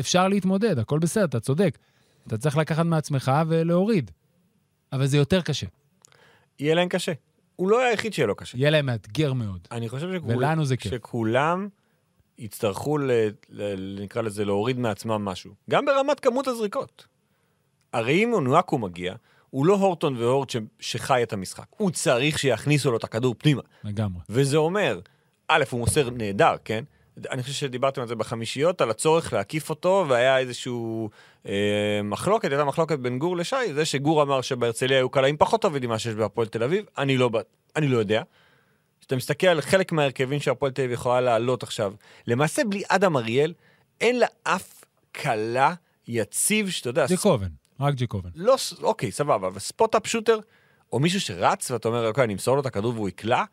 S2: אפשר להתמודד, הכל בסדר, אתה צודק. אתה צריך לקחת מעצמך ולהוריד. אבל זה יותר קשה.
S3: יהיה להם קשה. הוא לא היה היחיד שיהיה לו קשה.
S2: יהיה להם מאתגר מאוד.
S3: אני חושב שכול...
S2: ולנו זה כיף.
S3: שכולם יצטרכו, ל... ל... נקרא לזה, להוריד מעצמם משהו. גם ברמת כמות הזריקות. הרי אם אונואקו מגיע, הוא לא הורטון והורד ש... שחי את המשחק. הוא צריך שיכניסו לו את הכדור פנימה.
S2: לגמרי.
S3: וזה אומר, א', הוא מוסר נהדר, כן? אני חושב שדיברתם על זה בחמישיות, על הצורך להקיף אותו, והיה איזשהו אה, מחלוקת, הייתה מחלוקת בין גור לשי, זה שגור אמר שבהרצליה היו קלעים פחות טובים ממה שיש בהפועל תל אביב, אני לא, ב- אני לא יודע. כשאתה מסתכל על חלק מההרכבים שהפועל תל אביב יכולה לעלות עכשיו, למעשה בלי אדם אריאל, אין לה אף קלה יציב, שאתה יודע,
S2: ג'קובן, רק ג'קובן.
S3: לא, ס- אוקיי, סבבה, אבל ספוט-אפ שוטר, או מישהו שרץ ואתה אומר, אוקיי, אני אמסור לו את הכדור והוא יקלע,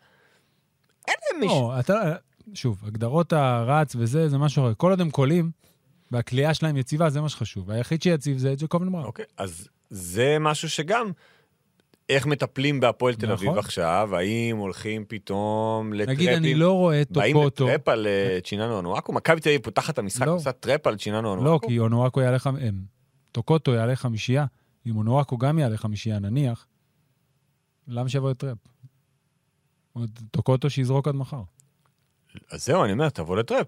S3: אין להם מישהו.
S2: לא, אתה, שוב, הגדרות הרץ וזה, זה משהו אחר. כל עוד הם קולים, והכלייה שלהם יציבה, זה מה שחשוב. היחיד שיציב זה ג'קובן מרק.
S3: אוקיי, אז זה משהו שגם, איך מטפלים בהפועל תל אביב
S2: נכון.
S3: עכשיו, האם הולכים פתאום לטרפים?
S2: נגיד, אני לא רואה את
S3: באים
S2: טוקוטו.
S3: לטרפ על אה, צ'יננו אנואקו? מכבי תל אביב פותחת את המשחק,
S2: לא.
S3: עושה טרפ על צ'יננו אנואקו?
S2: לא, כי אונואקו יעלה חמ... הם, טוקוטו יעלה חמישייה, אם אונואקו גם יעלה חמישייה, נניח, למה שיבוא את טראפ? עוד טוקוטו שיזרוק עד מחר.
S3: אז זהו, אני אומר, תבוא לטרפ.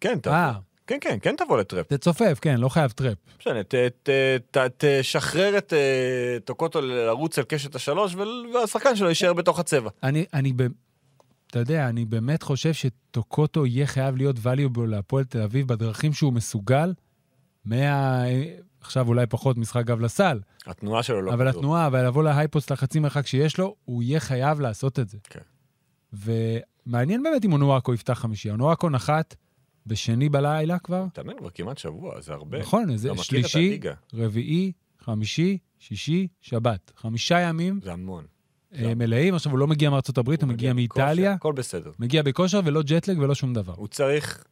S3: כן, תבוא.
S2: אה,
S3: כן, כן, כן תבוא לטרפ.
S2: תצופף, כן, לא חייב טראפ.
S3: משנה, ת- ת- ת- תשחרר את אה, טוקוטו לרוץ על קשת השלוש, ול- והשחקן שלו יישאר בתוך הצבע.
S2: אני, אני, ב... אתה יודע, אני באמת חושב שטוקוטו יהיה חייב להיות valuable להפועל תל אביב בדרכים שהוא מסוגל, מה... עכשיו אולי פחות משחק גב לסל,
S3: התנועה שלו לא...
S2: אבל
S3: כזו.
S2: התנועה, אבל לבוא להייפוס לחצי מרחק שיש לו, הוא יהיה חייב לעשות את זה.
S3: כן.
S2: ומעניין באמת אם אונואקו יפתח חמישייה. אונואקו נחת בשני בלילה כבר,
S3: מתאמן כבר כמעט שבוע, זה הרבה.
S2: נכון, זה
S3: אתה מכיר את
S2: שלישי,
S3: הליגה.
S2: רביעי, חמישי, שישי, שבת. חמישה ימים
S3: זה המון.
S2: אה, מלאים, עכשיו הוא לא מגיע מארצות הברית, הוא מגיע מאיטליה,
S3: הכל בסדר.
S2: מגיע בכושר ולא ג'טלג ולא שום דבר.
S3: הוא צריך,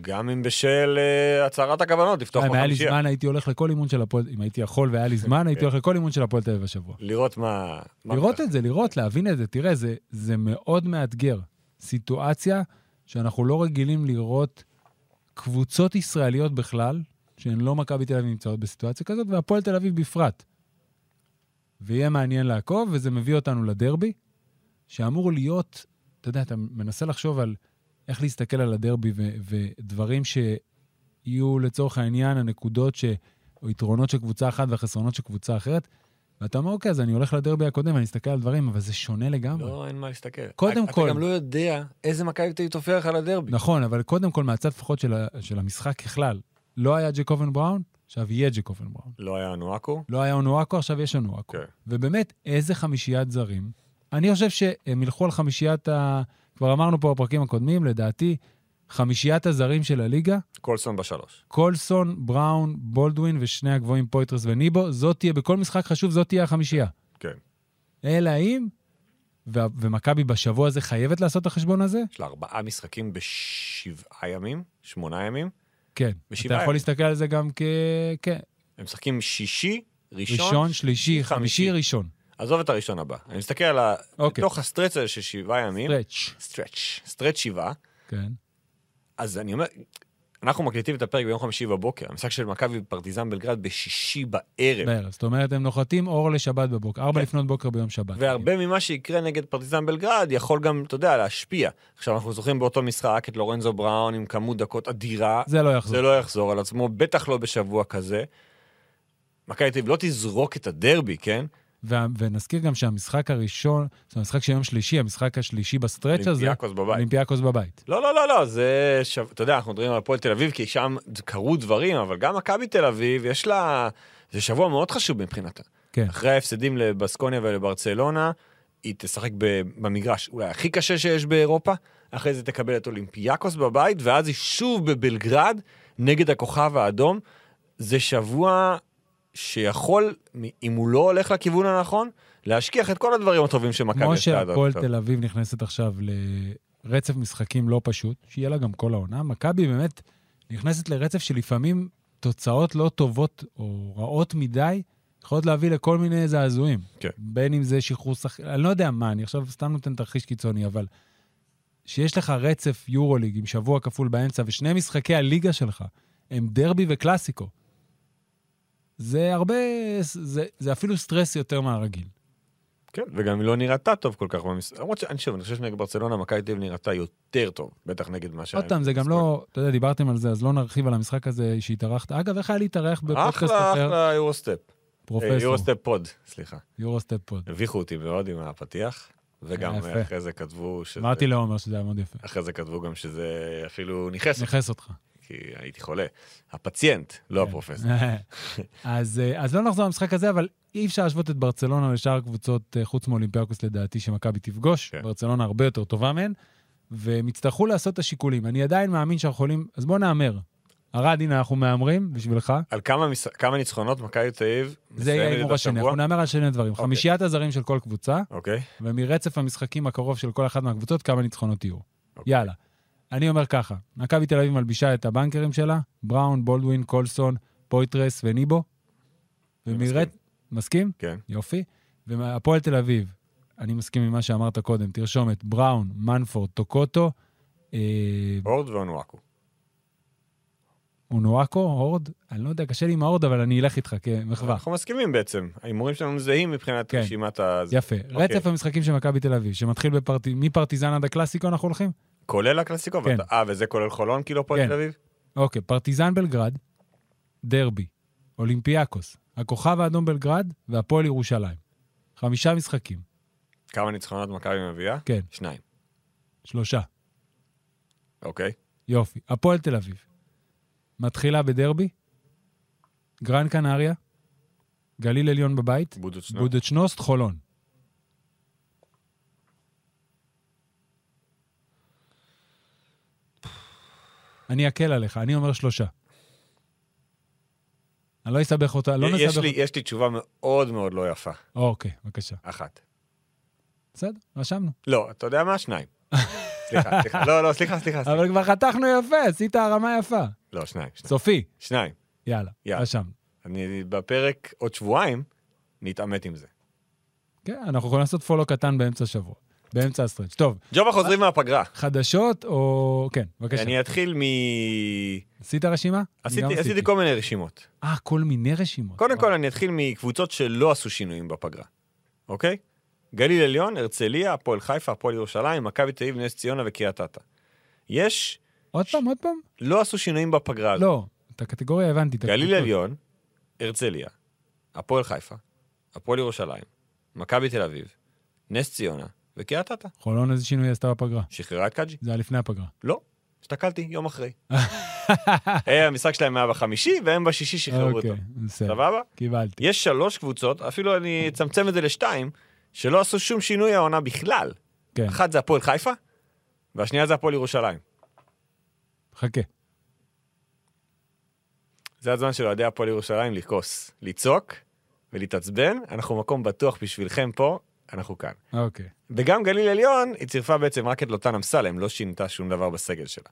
S3: גם אם בשל אה, הצהרת הכוונות, לפתוח
S2: אם היה לי
S3: בחמישייה.
S2: זמן, הייתי הולך לכל אימון של הפועל, אם הייתי יכול והיה לי זמן, הייתי הולך לכל אימון של הפועל תל אביב השבוע.
S3: לראות מה... כן. מה
S2: לראות
S3: מתרחש.
S2: את זה, לראות, להבין את זה. תראה, זה, זה מאוד מאתגר. סיטואציה שאנחנו לא רגילים לראות קבוצות ישראליות בכלל, שהן לא מכבי תל אביב נמצאות בסיטואציה כזאת, והפועל תל אביב בפרט. ויהיה מעניין לעקוב, וזה מביא אותנו לדרבי, שאמור להיות, אתה יודע, אתה מנסה לחשוב על איך להסתכל על הדרבי ו- ודברים שיהיו לצורך העניין הנקודות ש... או יתרונות של קבוצה אחת והחסרונות של קבוצה אחרת, ואתה אומר, אוקיי, אז אני הולך לדרבי הקודם, אני אסתכל על דברים, אבל זה שונה לגמרי.
S3: לא, אין מה להסתכל.
S2: קודם
S3: אתה-
S2: כל.
S3: אתה גם לא יודע איזה מכבי תל אביב תופיע לך לדרבי.
S2: נכון, אבל קודם כל, מהצד לפחות של, ה- של המשחק ככלל, לא היה ג'קובן בראון, עכשיו יהיה ג'קובן בראון.
S3: לא היה אנואקו?
S2: לא היה אונואקו, עכשיו יש אונואקו.
S3: כן.
S2: ובאמת, איזה חמישיית זרים. אני חושב שהם ילכו על חמישיית ה... כבר אמרנו פה בפרקים הקודמים, לדעתי, חמישיית הזרים של הליגה,
S3: קולסון בשלוש.
S2: קולסון, בראון, בולדווין ושני הגבוהים פויטרס וניבו, זאת תהיה, בכל משחק חשוב, זאת תהיה החמישייה.
S3: כן.
S2: אלא אם, וה- ומכבי בשבוע הזה חייבת לעשות את החשבון הזה?
S3: יש לה ארבעה משחקים בשבעה ימים, שמונה ימים.
S2: כן. אתה
S3: בשבעה
S2: יכול
S3: ימים.
S2: להסתכל על זה גם כ... כן.
S3: הם משחקים שישי, ראשון.
S2: ראשון, שלישי, חמישי,
S3: חמישי.
S2: ראשון.
S3: עזוב את הראשון הבא. אני מסתכל על ה...
S2: אוקיי.
S3: בתוך הסטרץ' הזה של שבעה ימים.
S2: סטרץ'.
S3: סטרץ'. סטרץ' שבעה.
S2: כן.
S3: אז אני אומר, אנחנו מקליטים את הפרק ביום חמישי בבוקר, המשחק של מכבי ופרטיזן בלגרד בשישי בערב.
S2: בערב. זאת אומרת, הם נוחתים אור לשבת בבוקר, ארבע לפנות בוקר ביום שבת.
S3: כן. והרבה ממה שיקרה נגד פרטיזן בלגרד יכול גם, אתה יודע, להשפיע. עכשיו, אנחנו זוכרים באותו משחק את לורנזו בראון עם כמות דקות אדירה.
S2: זה לא יחזור.
S3: זה לא יחזור על עצמו, בטח לא בשבוע כזה. מכבי תל אביב לא תזרוק את הדרבי, כן?
S2: וה- ונזכיר גם שהמשחק הראשון, זה המשחק של יום שלישי, המשחק השלישי בסטרץ' הזה,
S3: אולימפיאקוס בבית.
S2: אולימפיאקוס בבית.
S3: לא, לא, לא, לא, זה... שו... אתה יודע, אנחנו מדברים על הפועל תל אביב, כי שם קרו דברים, אבל גם מכבי תל אביב, יש לה... זה שבוע מאוד חשוב מבחינתה.
S2: כן.
S3: אחרי ההפסדים לבסקוניה ולברצלונה, היא תשחק ב- במגרש אולי הכי קשה שיש באירופה, אחרי זה תקבל את אולימפיאקוס בבית, ואז היא שוב בבלגרד נגד הכוכב האדום. זה שבוע שיכול, מ- אם הוא לא הולך לכיוון הנכון, להשכיח את כל הדברים הטובים שמכבי
S2: כמו
S3: עשתה עד
S2: שהפועל
S3: עכשיו.
S2: תל אביב נכנסת עכשיו לרצף משחקים לא פשוט, שיהיה לה גם כל העונה, מכבי באמת נכנסת לרצף שלפעמים תוצאות לא טובות או רעות מדי, יכולות להביא לכל מיני זעזועים.
S3: כן.
S2: בין אם זה שחרור שחקן, אני לא יודע מה, אני עכשיו סתם נותן תרחיש קיצוני, אבל שיש לך רצף יורוליג עם שבוע כפול באמצע, ושני משחקי הליגה שלך הם דרבי וקלאסיקו. זה הרבה, זה, זה אפילו סטרס יותר מהרגיל.
S3: כן, וגם היא לא נראתה טוב כל כך במשחק. למרות שאני שוב, אני חושב שנגד ברצלונה, מכבי תל אביב נראתה יותר טוב, בטח נגד מה שהיה.
S2: עוד פעם, זה גם לא, אתה יודע, דיברתם על זה, אז לא נרחיב על המשחק הזה שהתארחת. אגב, איך היה להתארח בפודקאסט
S3: אחלה,
S2: אחר?
S3: אחלה יורוסטפ. אה,
S2: פרופסור,
S3: יורוסטפ פוד, סליחה.
S2: יורוסטפ פוד.
S3: הביכו אותי מאוד עם הפתיח, וגם
S2: אה, יפה.
S3: אחרי זה כתבו שזה...
S2: אמרתי לעומר שזה היה מאוד יפה.
S3: אחרי זה כתבו גם שזה אפילו נכנס,
S2: נכנס אותך.
S3: כי הייתי חולה. הפציינט, לא
S2: כן.
S3: הפרופסור.
S2: אז אה, אז לא נחזור למשחק הזה, אבל אי אפשר להשוות את ברצלונה לשאר קבוצות אה, חוץ מאולימפיאקוס לדעתי שמכבי תפגוש.
S3: כן.
S2: ברצלונה הרבה יותר טובה מהן, והם יצטרכו לעשות את השיקולים. אני עדיין מאמין שאנחנו יכולים, אז בוא נהמר. ארד, הנה, אנחנו מהמרים בשבילך.
S3: על כמה מש- כמה ניצחונות מכבי תל אביב
S2: זה יהיה
S3: מסיימת את
S2: ההימור השני,
S3: השבוע?
S2: אנחנו נהמר על שני דברים. חמישיית הזרים של כל קבוצה,
S3: אוקיי.
S2: ומרצף המשחקים הקרוב של כל אחת מהקבוצות, כמה ניצחונות יהיו. יאללה. אני אומר ככה, מכבי תל אביב מלבישה את הבנקרים שלה, בראון, בולדווין, קולסון, פויטרס וניבו. ומרד... מסכים?
S3: כן.
S2: יופי. והפועל תל אביב, אני מסכים עם מה שאמרת קודם, תרשום את בראון, מנפורד, טוקוטו, אה,
S3: הורד ואונואקו.
S2: אונואקו, הורד, אני לא יודע, קשה לי עם ההורד, אבל אני אלך איתך כמחווה.
S3: אנחנו מסכימים בעצם. ההימורים שלנו זהים מבחינת
S2: כן.
S3: רשימת ה...
S2: יפה.
S3: אוקיי.
S2: רצף המשחקים של מכבי תל אביב, שמתחיל בפרט... מפרטיזן עד הקלאסיקו אנחנו הולכים?
S3: כולל הקלאסיקו?
S2: כן.
S3: ואתה- אה, וזה כולל חולון כאילו הפועל
S2: כן.
S3: תל אביב?
S2: אוקיי, פרטיזן בלגרד, דרבי, אולימפיאקוס, הכוכב האדום בלגרד והפועל ירושלים. חמישה משחקים,
S3: כמה ניצחונות מכבי מביאה?
S2: כן,
S3: שניים.
S2: שלושה.
S3: אוקיי.
S2: יופי. הפועל תל אביב. מתחילה בדרבי, גרן קנריה, גליל עליון בבית,
S3: בודוצ'נו.
S2: בודדשנוסט, חולון. אני אקל עליך, אני אומר שלושה. אני לא אסבך אותה, לא
S3: יש
S2: נסבך...
S3: לי- יש לי תשובה מאוד מאוד לא יפה.
S2: אוקיי, בבקשה.
S3: אחת.
S2: בסדר, רשמנו.
S3: לא, אתה יודע מה? שניים. סליחה, סליחה. לא, לא, סליחה, סליחה. סליחה.
S2: אבל כבר חתכנו יפה, עשית הרמה יפה.
S3: לא, שניים. שניים.
S2: סופי,
S3: שניים.
S2: יאללה,
S3: יאללה.
S2: רשמנו.
S3: אני בפרק עוד שבועיים, נתעמת עם זה.
S2: כן, אנחנו יכולים לעשות פולו קטן באמצע השבוע, באמצע הסטרץ'. טוב,
S3: ג'ובה חוזרים מהפגרה.
S2: חדשות או... כן, בבקשה.
S3: אני אתחיל מ...
S2: עשית רשימה? אני גם
S3: עשיתי עשיתי כל מיני רשימות.
S2: אה, כל מיני רשימות.
S3: קודם כל, אני אתחיל מקבוצות שלא עשו שינויים בפגרה, אוקיי? גליל עליון, הרצליה, הפועל חיפה, הפועל ירושלים, מכבי תל אביב, נס ציונה וקריית אתא. יש,
S2: עוד פעם, עוד פעם?
S3: לא עשו שינויים בפגרה הזאת.
S2: לא, את הקטגוריה הבנתי. את
S3: גליל
S2: הקבוצות.
S3: עליון, הרצליה, הפועל חיפה, הפועל ירושלים, מכבי תל אביב, נס ציונה וקריית אתא.
S2: חולון איזה שינוי עשתה בפגרה.
S3: שחררה את קאג'י?
S2: זה היה לפני הפגרה.
S3: לא. הסתכלתי יום אחרי. אה, המשחק שלהם היה בחמישי, והם בשישי שחררו אותו.
S2: אוקיי, בסדר,
S3: סבבה?
S2: קיבלתי.
S3: יש שלוש קבוצות, אפילו אני אצמצם את זה לשתיים, שלא עשו שום שינוי העונה בכלל.
S2: כן,
S3: אחת זה הפועל חיפה, והשנייה זה הפועל ירושלים.
S2: חכה.
S3: זה הזמן של אוהדי הפועל ירושלים לכעוס, לצעוק ולהתעצבן. אנחנו מקום בטוח בשבילכם פה, אנחנו כאן.
S2: אוקיי.
S3: וגם גליל עליון, היא צירפה בעצם רק את לוטן אמסלם, לא שינתה שום דבר בסגל שלה.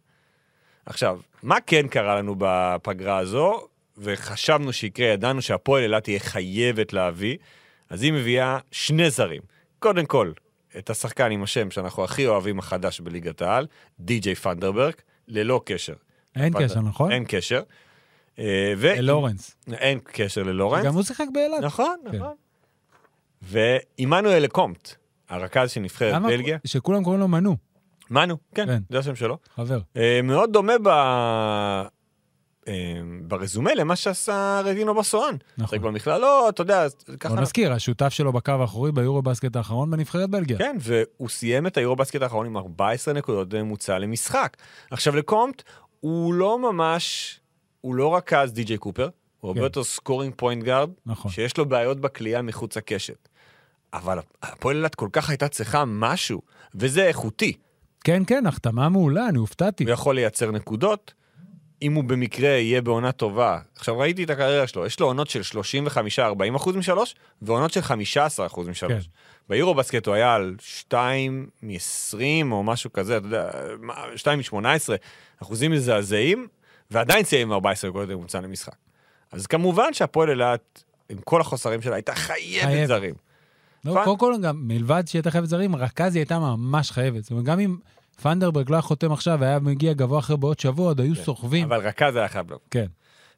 S3: עכשיו, מה כן קרה לנו בפגרה הזו, וחשבנו שיקרה, ידענו שהפועל אילת תהיה חייבת להביא, אז היא מביאה שני זרים. קודם כל, את השחקן עם השם שאנחנו הכי אוהבים החדש בליגת העל, די.ג'יי פנדרברג, ללא קשר.
S2: אין
S3: פנדר-
S2: קשר, נכון?
S3: אין קשר. אה, ו...
S2: לורנס.
S3: אין קשר ללורנס.
S2: גם הוא שיחק באילת.
S3: נכון,
S2: כן.
S3: נכון. ועמנואל לקומט, הרכז של נבחרת
S2: למה-
S3: בלגיה.
S2: שכולם קוראים לו מנו,
S3: מנו, כן,
S2: כן.
S3: זה השם שלו.
S2: חבר.
S3: אה, מאוד דומה ב... אה, ברזומה למה שעשה רבינו בסואן.
S2: נכון.
S3: נכון. במכללות, אתה יודע, אז ככה... לא-
S2: בוא נזכיר, השותף שלו בקו האחורי ביורו בסקט האחרון בנבחרת בלגיה.
S3: כן, והוא סיים את היורובסקט האחרון עם 14 נקודות בממוצע למשחק. עכשיו לקומט, הוא לא ממש, הוא לא רכז די.ג'יי קופר, הוא הרבה
S2: כן.
S3: יותר סקורינג פוינט גארד,
S2: נכון.
S3: שיש לו בעיות בכלייה מחוץ לקשת. אבל הפועל אילת כל כך הייתה צריכה משהו, וזה איכותי.
S2: כן, כן, החתמה מעולה, אני הופתעתי.
S3: הוא יכול לייצר נקודות, אם הוא במקרה יהיה בעונה טובה. עכשיו ראיתי את הקריירה שלו, יש לו עונות של 35-40 אחוז משלוש, ועונות של 15 אחוז משלוש.
S2: כן.
S3: ביורו בסקט הוא היה על 2 מ-20 או משהו כזה, אתה יודע, 2 מ-18, אחוזים מזעזעים, ועדיין סיים עם 14 נקודות ממוצע למשחק. אז כמובן שהפועל אילת, עם כל החוסרים שלה, הייתה
S2: חייבת.
S3: חייבת זרים.
S2: לא,
S3: פאן-
S2: קודם כל, גם מלבד שהיא הייתה חייבת זרים, רכז היא הייתה ממש חייבת. זאת אומרת, גם אם פנדרברג לא היה חותם עכשיו והיה מגיע גבוה אחר בעוד שבוע, עוד היו סוחבים.
S3: כן, אבל רכז היה חייב לבוא.
S2: כן,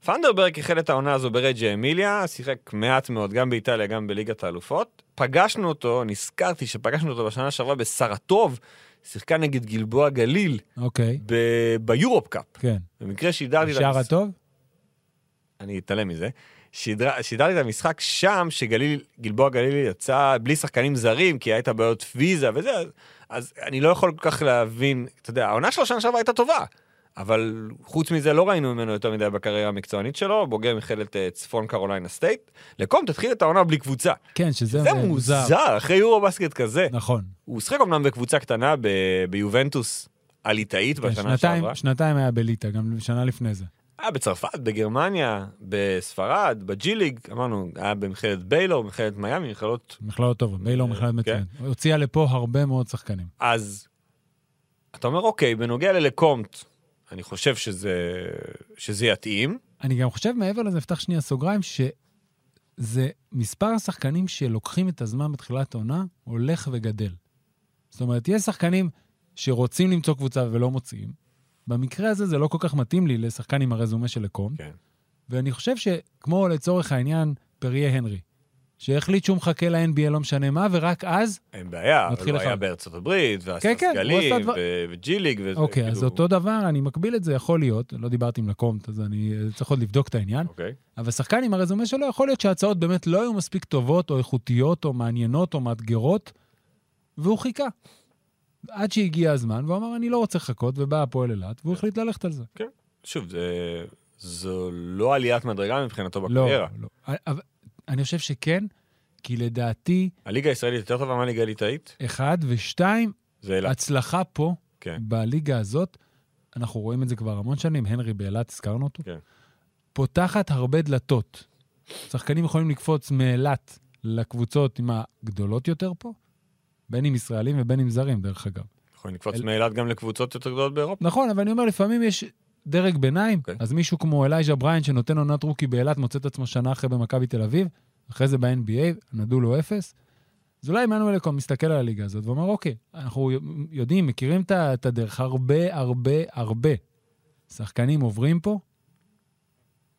S3: פנדרברג החל את העונה הזו ברג'ה אמיליה, שיחק מעט מאוד גם באיטליה, גם בליגת האלופות. פגשנו אותו, נזכרתי שפגשנו אותו בשנה שעברה בסרטוב, שיחקה נגד גלבוע גליל
S2: אוקיי,
S3: ב- ביורופ קאפ.
S2: כן.
S3: במקרה שידרתי את
S2: שער
S3: המשחק,
S2: הטוב?
S3: אני אתעלם מזה, שידר- שידרתי את המשחק שם, שגלבוע גליל יצא בלי שחקנים זרים, כי הייתה בעיות ויזה וזה, אז- אז אני לא יכול כל כך להבין, אתה יודע, העונה שלו שנה שעברה הייתה טובה. אבל חוץ מזה לא ראינו ממנו יותר מדי בקריירה המקצוענית שלו, בוגר מכללת אה, צפון קרוליינה סטייט. לקום תתחיל את העונה בלי קבוצה.
S2: כן, שזה
S3: זה מוזר, אחרי יורו בסקט כזה.
S2: נכון.
S3: הוא שחק אמנם בקבוצה קטנה ב- ביובנטוס הליטאית
S2: כן,
S3: בשנה
S2: שנתיים-
S3: שעברה.
S2: שנתיים היה בליטא, גם שנה לפני זה.
S3: היה בצרפת, בגרמניה, בספרד, בג'י ליג, אמרנו, היה במכללת ביילור, במכללת מיאמי, מכללות...
S2: מכללות טובות, ביילור
S3: אה,
S2: מכללת
S3: כן.
S2: מצוין. הוציאה לפה הרבה מאוד שחקנים.
S3: אז אתה אומר, אוקיי, בנוגע ללקומט, אני חושב שזה, שזה יתאים.
S2: אני גם חושב מעבר לזה, נפתח שנייה סוגריים, שזה מספר השחקנים שלוקחים את הזמן בתחילת העונה הולך וגדל. זאת אומרת, יש שחקנים שרוצים למצוא קבוצה ולא מוצאים. במקרה הזה זה לא כל כך מתאים לי לשחקן עם הרזומה של לקום.
S3: כן.
S2: ואני חושב שכמו לצורך העניין, פריה הנרי, שהחליט שהוא מחכה ל-NBA לא משנה מה, ורק אז,
S3: אין בעיה, אבל
S2: מתחיל
S3: הוא היה
S2: אחד.
S3: בארצות הברית, ועשה
S2: כן, כן, הוא עשה
S3: סגלים,
S2: דבר-
S3: ו- וג'י ליג, וזה כאילו-
S2: אוקיי, אז אותו דבר, אני מקביל את זה, יכול להיות, לא דיברתי עם לקומט, אז אני אה, צריך עוד לבדוק את העניין.
S3: אוקיי.
S2: אבל שחקן עם הרזומה שלו, יכול להיות שההצעות באמת לא היו מספיק טובות, או איכותיות, או מעניינות, או מאתגרות, והוא חיכה. עד שהגיע הזמן, והוא אמר, אני לא רוצה לחכות, ובא הפועל אילת, והוא החליט ללכת על זה.
S3: שוב, זה, זו לא עליית מדרגה מבחינתו
S2: לא,
S3: בקריירה.
S2: לא. אבל אני חושב שכן, כי לדעתי,
S3: הליגה הישראלית יותר טובה מהליגה הליטאית?
S2: אחד ושתיים,
S3: זה אילת,
S2: הצלחה פה,
S3: כן.
S2: בליגה הזאת, אנחנו רואים את זה כבר המון שנים, הנרי באילת, הזכרנו אותו,
S3: כן.
S2: פותחת הרבה דלתות. שחקנים יכולים לקפוץ מאילת לקבוצות עם הגדולות יותר פה, בין אם ישראלים ובין אם זרים, דרך אגב.
S3: יכולים לקפוץ
S2: אל-
S3: מאילת גם לקבוצות יותר גדולות באירופה.
S2: נכון, אבל אני אומר, לפעמים יש דרג ביניים,
S3: כן.
S2: אז מישהו כמו אלייז'ה בריין, שנותן עונת רוקי באילת, מוצא את עצמו שנה אחרי במכבי תל אביב, אחרי זה ב-NBA, נדו לו אפס. אז אולי עמנואל לקום מסתכל על הליגה הזאת ואומר, אוקיי, אנחנו יודעים, מכירים את ה- את הדרך, הרבה, הרבה, הרבה שחקנים עוברים פה,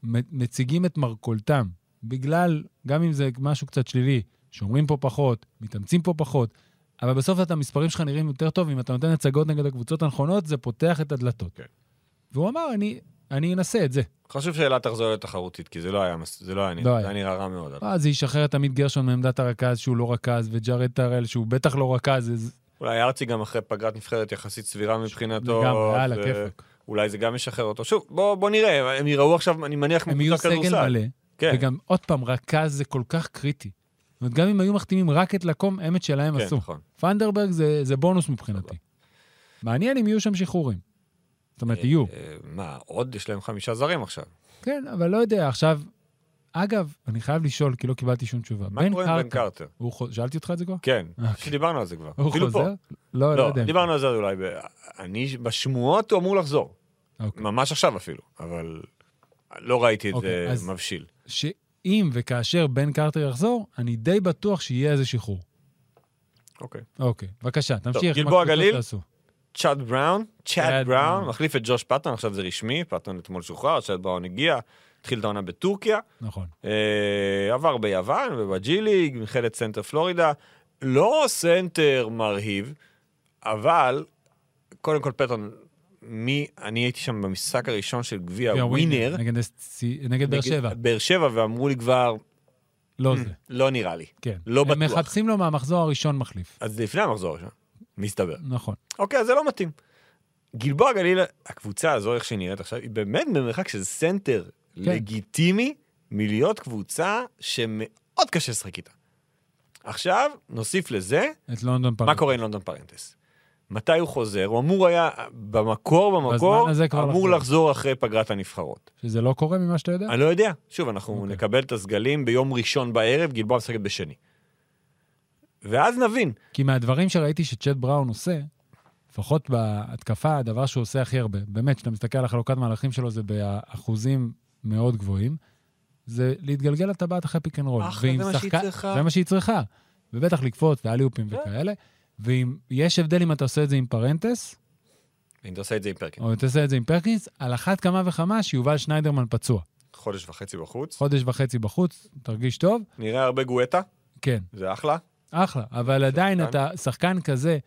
S2: מ- מציגים את מרכולתם, בגלל, גם אם זה משהו קצת שלילי, שומרים פה פחות, מתאמצים פה פחות, אבל בסוף אתה, המספרים שלך נראים יותר טוב, אם אתה נותן הצגות נגד הקבוצות הנכונות, זה פותח את הדלתות.
S3: כן.
S2: והוא אמר, אני, אני אנסה את זה.
S3: חשוב שאלה תחזור לתחרותית, כי זה לא היה, מס- זה לא היה נראה,
S2: לא
S3: זה
S2: היה.
S3: היה נראה רע מאוד.
S2: אז זה ישחרר את עמית גרשון מעמדת הרכז, שהוא לא רכז, וג'ארד טרל, שהוא בטח לא רכז, זה
S3: אולי ארצי גם אחרי פגרת נבחרת יחסית סבירה מבחינתו.
S2: לגמרי, על
S3: אז,
S2: הכיפק.
S3: אה, אולי זה גם ישחרר אותו. שוב, בוא, בוא נראה, הם יראו עכשיו, אני מניח,
S2: הם
S3: מקבוצת
S2: יהיו סגל
S3: כדורסל.
S2: מלא,
S3: כן,
S2: וגם עוד פעם, רכז זה כל כך קריטי. זאת אומרת, גם אם היו מחתימים רק את לקום, אמת שלהם
S3: כן,
S2: עשו.
S3: נכון.
S2: פנדרברג זה, זה בונוס מבחינתי. מעניין אם יהיו שם שחרורים. זאת אומרת, יהיו.
S3: אה, מה, עוד יש להם חמישה זרים עכשיו.
S2: כן, אבל לא יודע, עכשיו... אגב, אני חייב לשאול, כי לא קיבלתי שום תשובה.
S3: מה קורה עם בן קרטר?
S2: הוא חוז- שאלתי אותך את זה כבר?
S3: כן,
S2: אוקיי.
S3: שדיברנו על זה כבר.
S2: הוא
S3: אפילו פה.
S2: חוזר? לא, לא
S3: לא,
S2: יודע.
S3: דיברנו על זה אולי, ב- אני, בשמועות הוא אמור לחזור.
S2: אוקיי.
S3: ממש עכשיו אפילו, אבל לא ראיתי את
S2: אוקיי,
S3: זה
S2: אז-
S3: מבשיל.
S2: שאם וכאשר בן קרטר יחזור, אני די בטוח שיהיה איזה שחרור.
S3: אוקיי.
S2: אוקיי, בבקשה, תמשיך. מה
S3: גלבוע
S2: קבוצות
S3: גליל?
S2: תעשו.
S3: צ'אד בראון, צ'אד
S2: צ'אד בראון.
S3: בראון, מחליף את ג'וש פאטון, עכשיו זה רשמי, פאטון אתמול שוחרר, צ'אד בראון הגיע, התחיל את העונה בטורקיה,
S2: נכון.
S3: אה, עבר ביוון ובג'י ליג, מכללת סנטר פלורידה, לא סנטר מרהיב, אבל קודם כל פטון מי, אני הייתי שם במשחק הראשון של גביע
S2: גביע
S3: ווינר,
S2: נגד SC נגד באר שבע.
S3: באר שבע, ואמרו לי כבר,
S2: לא זה,
S3: לא נראה לי.
S2: כן.
S3: לא
S2: הם
S3: בטוח.
S2: מחפשים לו מהמחזור הראשון מחליף.
S3: אז זה לפני המחזור הראשון, מסתבר.
S2: נכון.
S3: אוקיי, אז זה לא מתאים. גלבוע גליל, הקבוצה הזו, איך שהיא נראית עכשיו, היא באמת במרחק של סנטר לגיטימי מלהיות קבוצה שמאוד קשה לשחק איתה. עכשיו, נוסיף לזה,
S2: את לונדון פרק.
S3: מה קורה עם לונדון פרנטס? מתי הוא חוזר? הוא אמור היה, במקור, במקור,
S2: בזמן הזה כבר
S3: אמור
S2: לחזור.
S3: לחזור אחרי פגרת הנבחרות.
S2: שזה לא קורה ממה שאתה יודע?
S3: אני לא יודע. שוב, אנחנו
S2: אוקיי.
S3: נקבל את הסגלים ביום ראשון בערב, גלבוע משחקת בשני. ואז נבין.
S2: כי מהדברים שראיתי שצ'ט בראון עושה, לפחות בהתקפה, הדבר שהוא עושה הכי הרבה, באמת, כשאתה מסתכל על החלוקת מהלכים שלו, זה באחוזים מאוד גבוהים, זה להתגלגל לטבעת אחרי פיק אנד רול.
S3: אחלה,
S2: ועם
S3: זה מה שהיא
S2: שחקן-
S3: צריכה.
S2: זה מה שהיא צריכה. ובטח לקפוץ ואליופים
S3: כן.
S2: וכאלה. ואם יש הבדל אם אתה עושה את זה עם פרנטס,
S3: אם אתה עושה את זה עם פרקין,
S2: או אם אתה עושה את זה עם פרקינס, על אחת כמה וכמה שיובל שניידרמן פצוע.
S3: חודש וחצי בחוץ,
S2: חודש וחצי בחוץ, תרגיש טוב,
S3: נראה הרבה גואטה,
S2: כן,
S3: זה אחלה.
S2: אחלה. אבל עדיין אתה, שחקן כזה,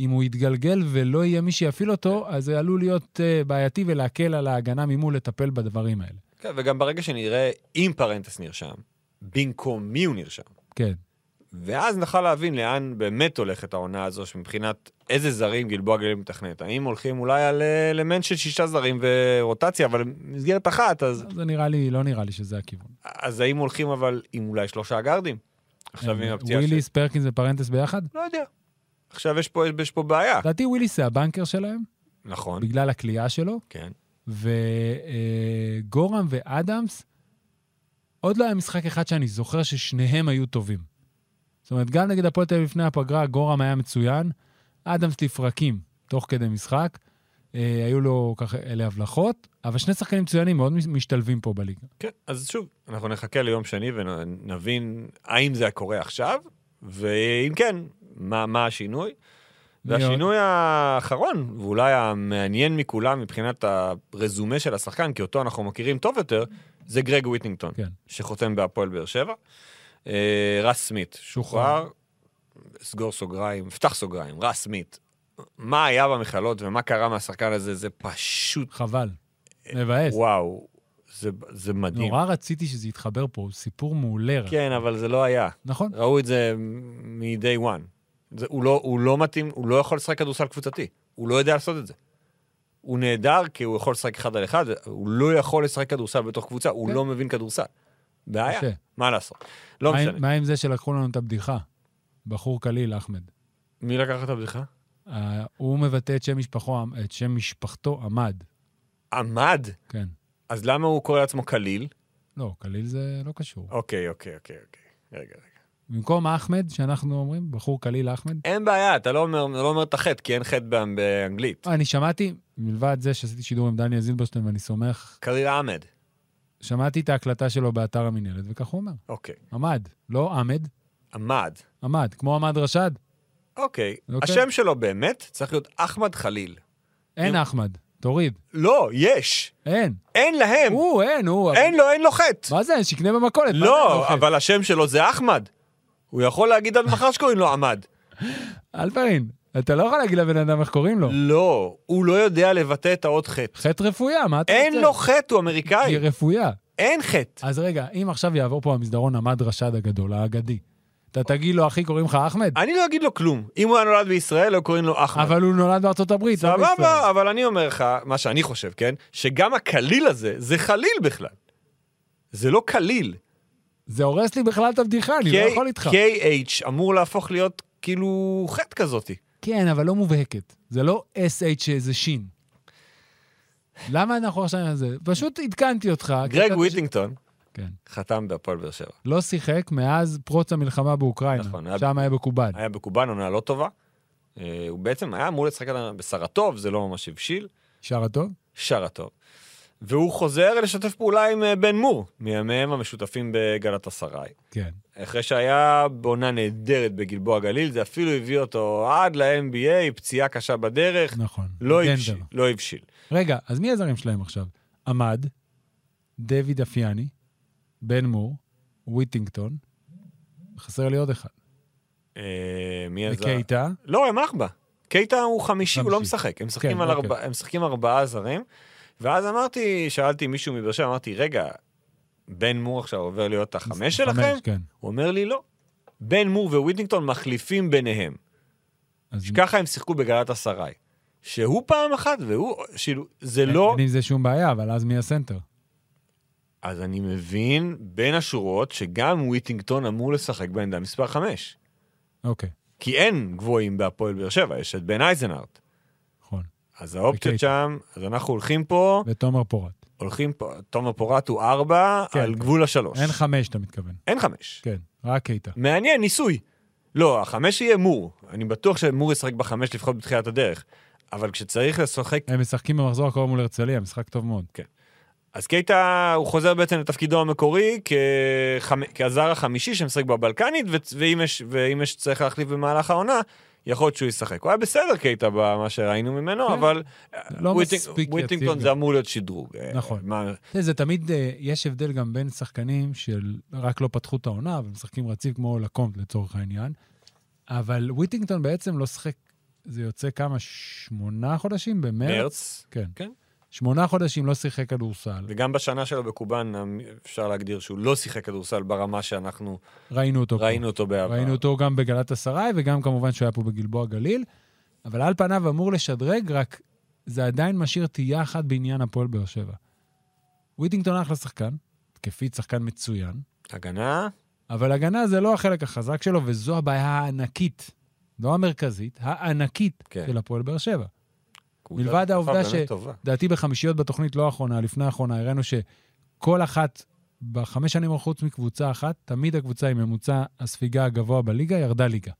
S2: אם הוא יתגלגל ולא יהיה מי שיפעיל אותו,
S3: כן.
S2: אז זה עלול להיות אה, בעייתי ולהקל על ההגנה ממול לטפל בדברים האלה.
S3: כן, וגם ברגע שנראה אם פרנטס נרשם, במקומי הוא נרשם.
S2: כן.
S3: ואז נוכל להבין לאן באמת הולכת העונה הזו, שמבחינת איזה זרים גלבוע גליל מתכנת. האם הולכים אולי על אה, אלמנט של שישה זרים ורוטציה, אבל במסגרת אחת, אז,
S2: זה נראה לי, לא נראה לי שזה הכיוון.
S3: אז האם הולכים אבל עם אולי שלושה גארדים? עכשיו עם
S2: אה,
S3: הפציעה של...
S2: וויליס, פרקינס ופרנטס ביחד?
S3: לא יודע. עכשיו יש פה, יש פה בעיה.
S2: לדעתי וויליס זה הבנקר שלהם,
S3: נכון,
S2: בגלל הכלייה שלו,
S3: כן.
S2: וגורם ואדמס, עוד לא היה משחק אחד שאני זוכר ששניהם היו טובים. זאת אומרת, גם נגד הפועל תל אביב לפני הפגרה, גורם היה מצוין, אדמס לפרקים תוך כדי משחק, אה, היו לו ככה אלה הבלחות, אבל שני שחקנים מצוינים מאוד מש- משתלבים פה בליגה.
S3: כן, אז שוב, אנחנו נחכה ליום שני ונבין האם זה קורה עכשיו, ואם כן, מה, מה השינוי.
S2: מאוד.
S3: והשינוי האחרון, ואולי המעניין מכולם מבחינת הרזומה של השחקן, כי אותו אנחנו מכירים טוב יותר, זה גרג וויטינגטון,
S2: כן.
S3: שחותם בהפועל באר שבע. אה, רס סמית, שוחרר, סגור סוגריים, פתח סוגריים, רס סמית. מה היה במכללות ומה קרה מהשחקן הזה, זה פשוט,
S2: חבל, מבאס.
S3: וואו, זה, זה מדהים.
S2: נורא רציתי שזה יתחבר פה, הוא סיפור מעולה. רק.
S3: כן, אבל זה לא היה.
S2: נכון?
S3: ראו את זה מ-day one. זה, הוא, לא, הוא לא מתאים, הוא לא יכול לשחק כדורסל קבוצתי. הוא לא יודע לעשות את זה. הוא נהדר כי הוא יכול לשחק אחד על אחד, הוא לא יכול לשחק כדורסל בתוך קבוצה, הוא
S2: כן.
S3: לא מבין כדורסל. בעיה,
S2: קשה.
S3: מה לעשות? אה, לא
S2: מה עם-
S3: משנה.
S2: מה עם זה שלקחו לנו את הבדיחה? בחור קליל, אחמד.
S3: מי לקח את הבדיחה?
S2: אה, הוא מבטא את שם משפחו, את שם משפחתו עמד,
S3: עמד.
S2: כן.
S3: אז למה הוא קורא לעצמו קליל?
S2: לא, קליל זה לא קשור.
S3: אוקיי, אוקיי, אוקיי, אוקיי. רגע, רגע.
S2: במקום אחמד, שאנחנו אומרים, בחור קליל אחמד,
S3: אין בעיה, אתה לא אומר, לא אומר את החטא, כי אין חטא באנ- באנגלית.
S2: אה, אני שמעתי, מלבד זה שעשיתי שידור עם דניאל זילברשטיין ואני סומך,
S3: קליל עמד.
S2: שמעתי את ההקלטה שלו באתר המינהלת, וכך הוא אומר,
S3: אוקיי.
S2: עמד, לא עמד,
S3: עמד.
S2: עמד, כמו עמד רשד,
S3: אוקיי.
S2: אוקיי.
S3: השם שלו באמת צריך להיות אחמד חליל.
S2: אין
S3: כן.
S2: אחמד, תוריד,
S3: לא, יש.
S2: אין.
S3: אין להם.
S2: הוא, אין, הוא. אבל-
S3: כן. אין לו, אין לו חטא.
S2: מה זה, שקנה במכולת. מה זה,
S3: לא,
S2: אוכל?
S3: אבל השם שלו זה אחמד. הוא יכול להגיד עד מחר שקוראים לו עמד.
S2: אלפרין, אתה לא יכול להגיד לבן אדם איך קוראים לו.
S3: לא, הוא לא יודע לבטא את העוד חטא.
S2: חטא רפויה, מה אתה רוצה?
S3: אין לו חטא, הוא אמריקאי.
S2: היא רפויה.
S3: אין חטא.
S2: אז רגע, אם עכשיו יעבור פה המסדרון עמד רשד הגדול, האגדי, אתה תגיד לו, אחי, קוראים לך אחמד?
S3: אני לא אגיד לו כלום. אם הוא היה נולד בישראל, לא קוראים לו אחמד.
S2: אבל הוא נולד בארצות הברית, לא בישראל.
S3: סבבה, אבל אני אומר לך, מה שאני חושב, כן? שגם הקליל הזה, זה חליל בכלל. זה לא קליל.
S2: זה הורס לי בכלל את הבדיחה, אני לא
S3: K-
S2: יכול איתך.
S3: KH אמור להפוך להיות כאילו חטא כזאתי.
S2: כן, אבל לא מובהקת. זה לא SH שזה שין. למה אנחנו עכשיו על זה? פשוט עדכנתי אותך. כי
S3: גרג
S2: אתה-
S3: וויטינגטון
S2: כן.
S3: חתם בהפועל באר שבע.
S2: לא שיחק מאז פרוץ המלחמה באוקראינה.
S3: נכון, היה-
S2: שם היה בקובאן.
S3: היה בקובאן עונה לא טובה. אה, הוא בעצם היה אמור לשחק על ה- בסרטוב, זה לא ממש הבשיל,
S2: שרה טוב?
S3: שרתוב. והוא חוזר לשתף פעולה עם אה, בן מור, מימיהם המשותפים בגלת אסריי.
S2: כן.
S3: אחרי שהיה בעונה נהדרת בגלבוע גליל, זה אפילו הביא אותו עד ל-NBA, פציעה קשה בדרך,
S2: נכון.
S3: לא
S2: דנבר.
S3: הבשיל. לא הבשיל.
S2: רגע, אז מי הזרים שלהם עכשיו? עמד, דויד אפיאני, בן מור, וויטינגטון, חסר לי עוד אחד.
S3: אה, מי עזר?
S2: וקייטה,
S3: לא, הם אחבה. קייטה הוא חמישי, הוא לא
S2: חמישי.
S3: משחק, הם משחקים,
S2: כן,
S3: על
S2: אוקיי.
S3: ארבע, הם משחקים ארבעה זרים, ואז אמרתי, שאלתי מישהו מבאר שבע, אמרתי, רגע, בן מור עכשיו עובר להיות החמש שלכם?
S2: חמש, כן.
S3: הוא אומר לי, לא. בן מור ווידינגטון מחליפים ביניהם.
S2: אז
S3: שככה הם שיחקו בגלת אסריי. שהוא פעם אחת, והוא, כאילו, זה
S2: אין-
S3: לא...
S2: אין עם זה שום בעיה, אבל אז מי הסנטר?
S3: אז אני מבין בין השורות שגם וויטינגטון אמור לשחק בעמדה מספר 5.
S2: אוקיי,
S3: כי אין גבוהים בהפועל באר שבע, יש את בן אייזנארט.
S2: נכון.
S3: אז האופציות
S2: אוקיי.
S3: שם, אז אנחנו הולכים פה,
S2: ותומר פורט.
S3: הולכים פה, תומר פורט הוא 4
S2: כן.
S3: על גבול השלוש.
S2: אין חמש, אתה מתכוון.
S3: אין 5.
S2: כן, רק קייטה.
S3: מעניין, ניסוי. לא, החמש יהיה מור. אני בטוח שמור ישחק בחמש לפחות בתחילת הדרך. אבל כשצריך לשחק
S2: הם משחקים במחזור הקרוב מול הרצליה, משחק טוב מאוד.
S3: אז קייטה, הוא חוזר בעצם לתפקידו המקורי כחמ... כזר החמישי שמשחק בבלקנית, ו... ואם יש, ואם יש צריך להחליף במהלך העונה, יכול להיות שהוא ישחק. הוא היה בסדר קייטה במה שראינו ממנו,
S2: כן.
S3: אבל אה,
S2: לא
S3: וויטינג-
S2: מספיק
S3: וויטינגטון
S2: יציב.
S3: זה אמור להיות שדרוג.
S2: נכון.
S3: אה, מה...
S2: תראה, זה תמיד, אה, יש הבדל גם בין שחקנים של רק לא פתחו את העונה, אבל משחקים רציף כמו לקומט לצורך העניין, אבל וויטינגטון בעצם לא שחק, זה יוצא כמה, שמונה חודשים במרץ?
S3: מרץ,
S2: כן.
S3: כן.
S2: שמונה חודשים לא שיחק כדורסל,
S3: וגם בשנה שלו בקובאן אמ, אפשר להגדיר שהוא לא שיחק כדורסל ברמה שאנחנו
S2: ראינו אותו. פה.
S3: ראינו אותו בעבר.
S2: אוקיי. ראינו אותו גם בגלת אסריי, וגם כמובן שהוא היה פה בגלבוע גליל, אבל על פניו אמור לשדרג, רק זה עדיין משאיר תהייה אחת בעניין הפועל באר שבע. וויטינגטון אחלה שחקן, התקפית שחקן מצוין,
S3: הגנה,
S2: אבל הגנה זה לא החלק החזק שלו, וזו הבעיה הענקית, לא המרכזית, הענקית
S3: כן.
S2: כן. של הפועל באר שבע.
S3: קבוצת
S2: מלבד
S3: התקפה
S2: העובדה
S3: באמת
S2: ש-
S3: טובה.
S2: לדעתי בחמישיות בתוכנית, לא האחרונה, לפני האחרונה, הראינו שכל אחת, בחמש שנים האחרונות, חוץ מקבוצה אחת, תמיד הקבוצה עם ממוצע הספיגה הגבוה בליגה, ירדה ליגה.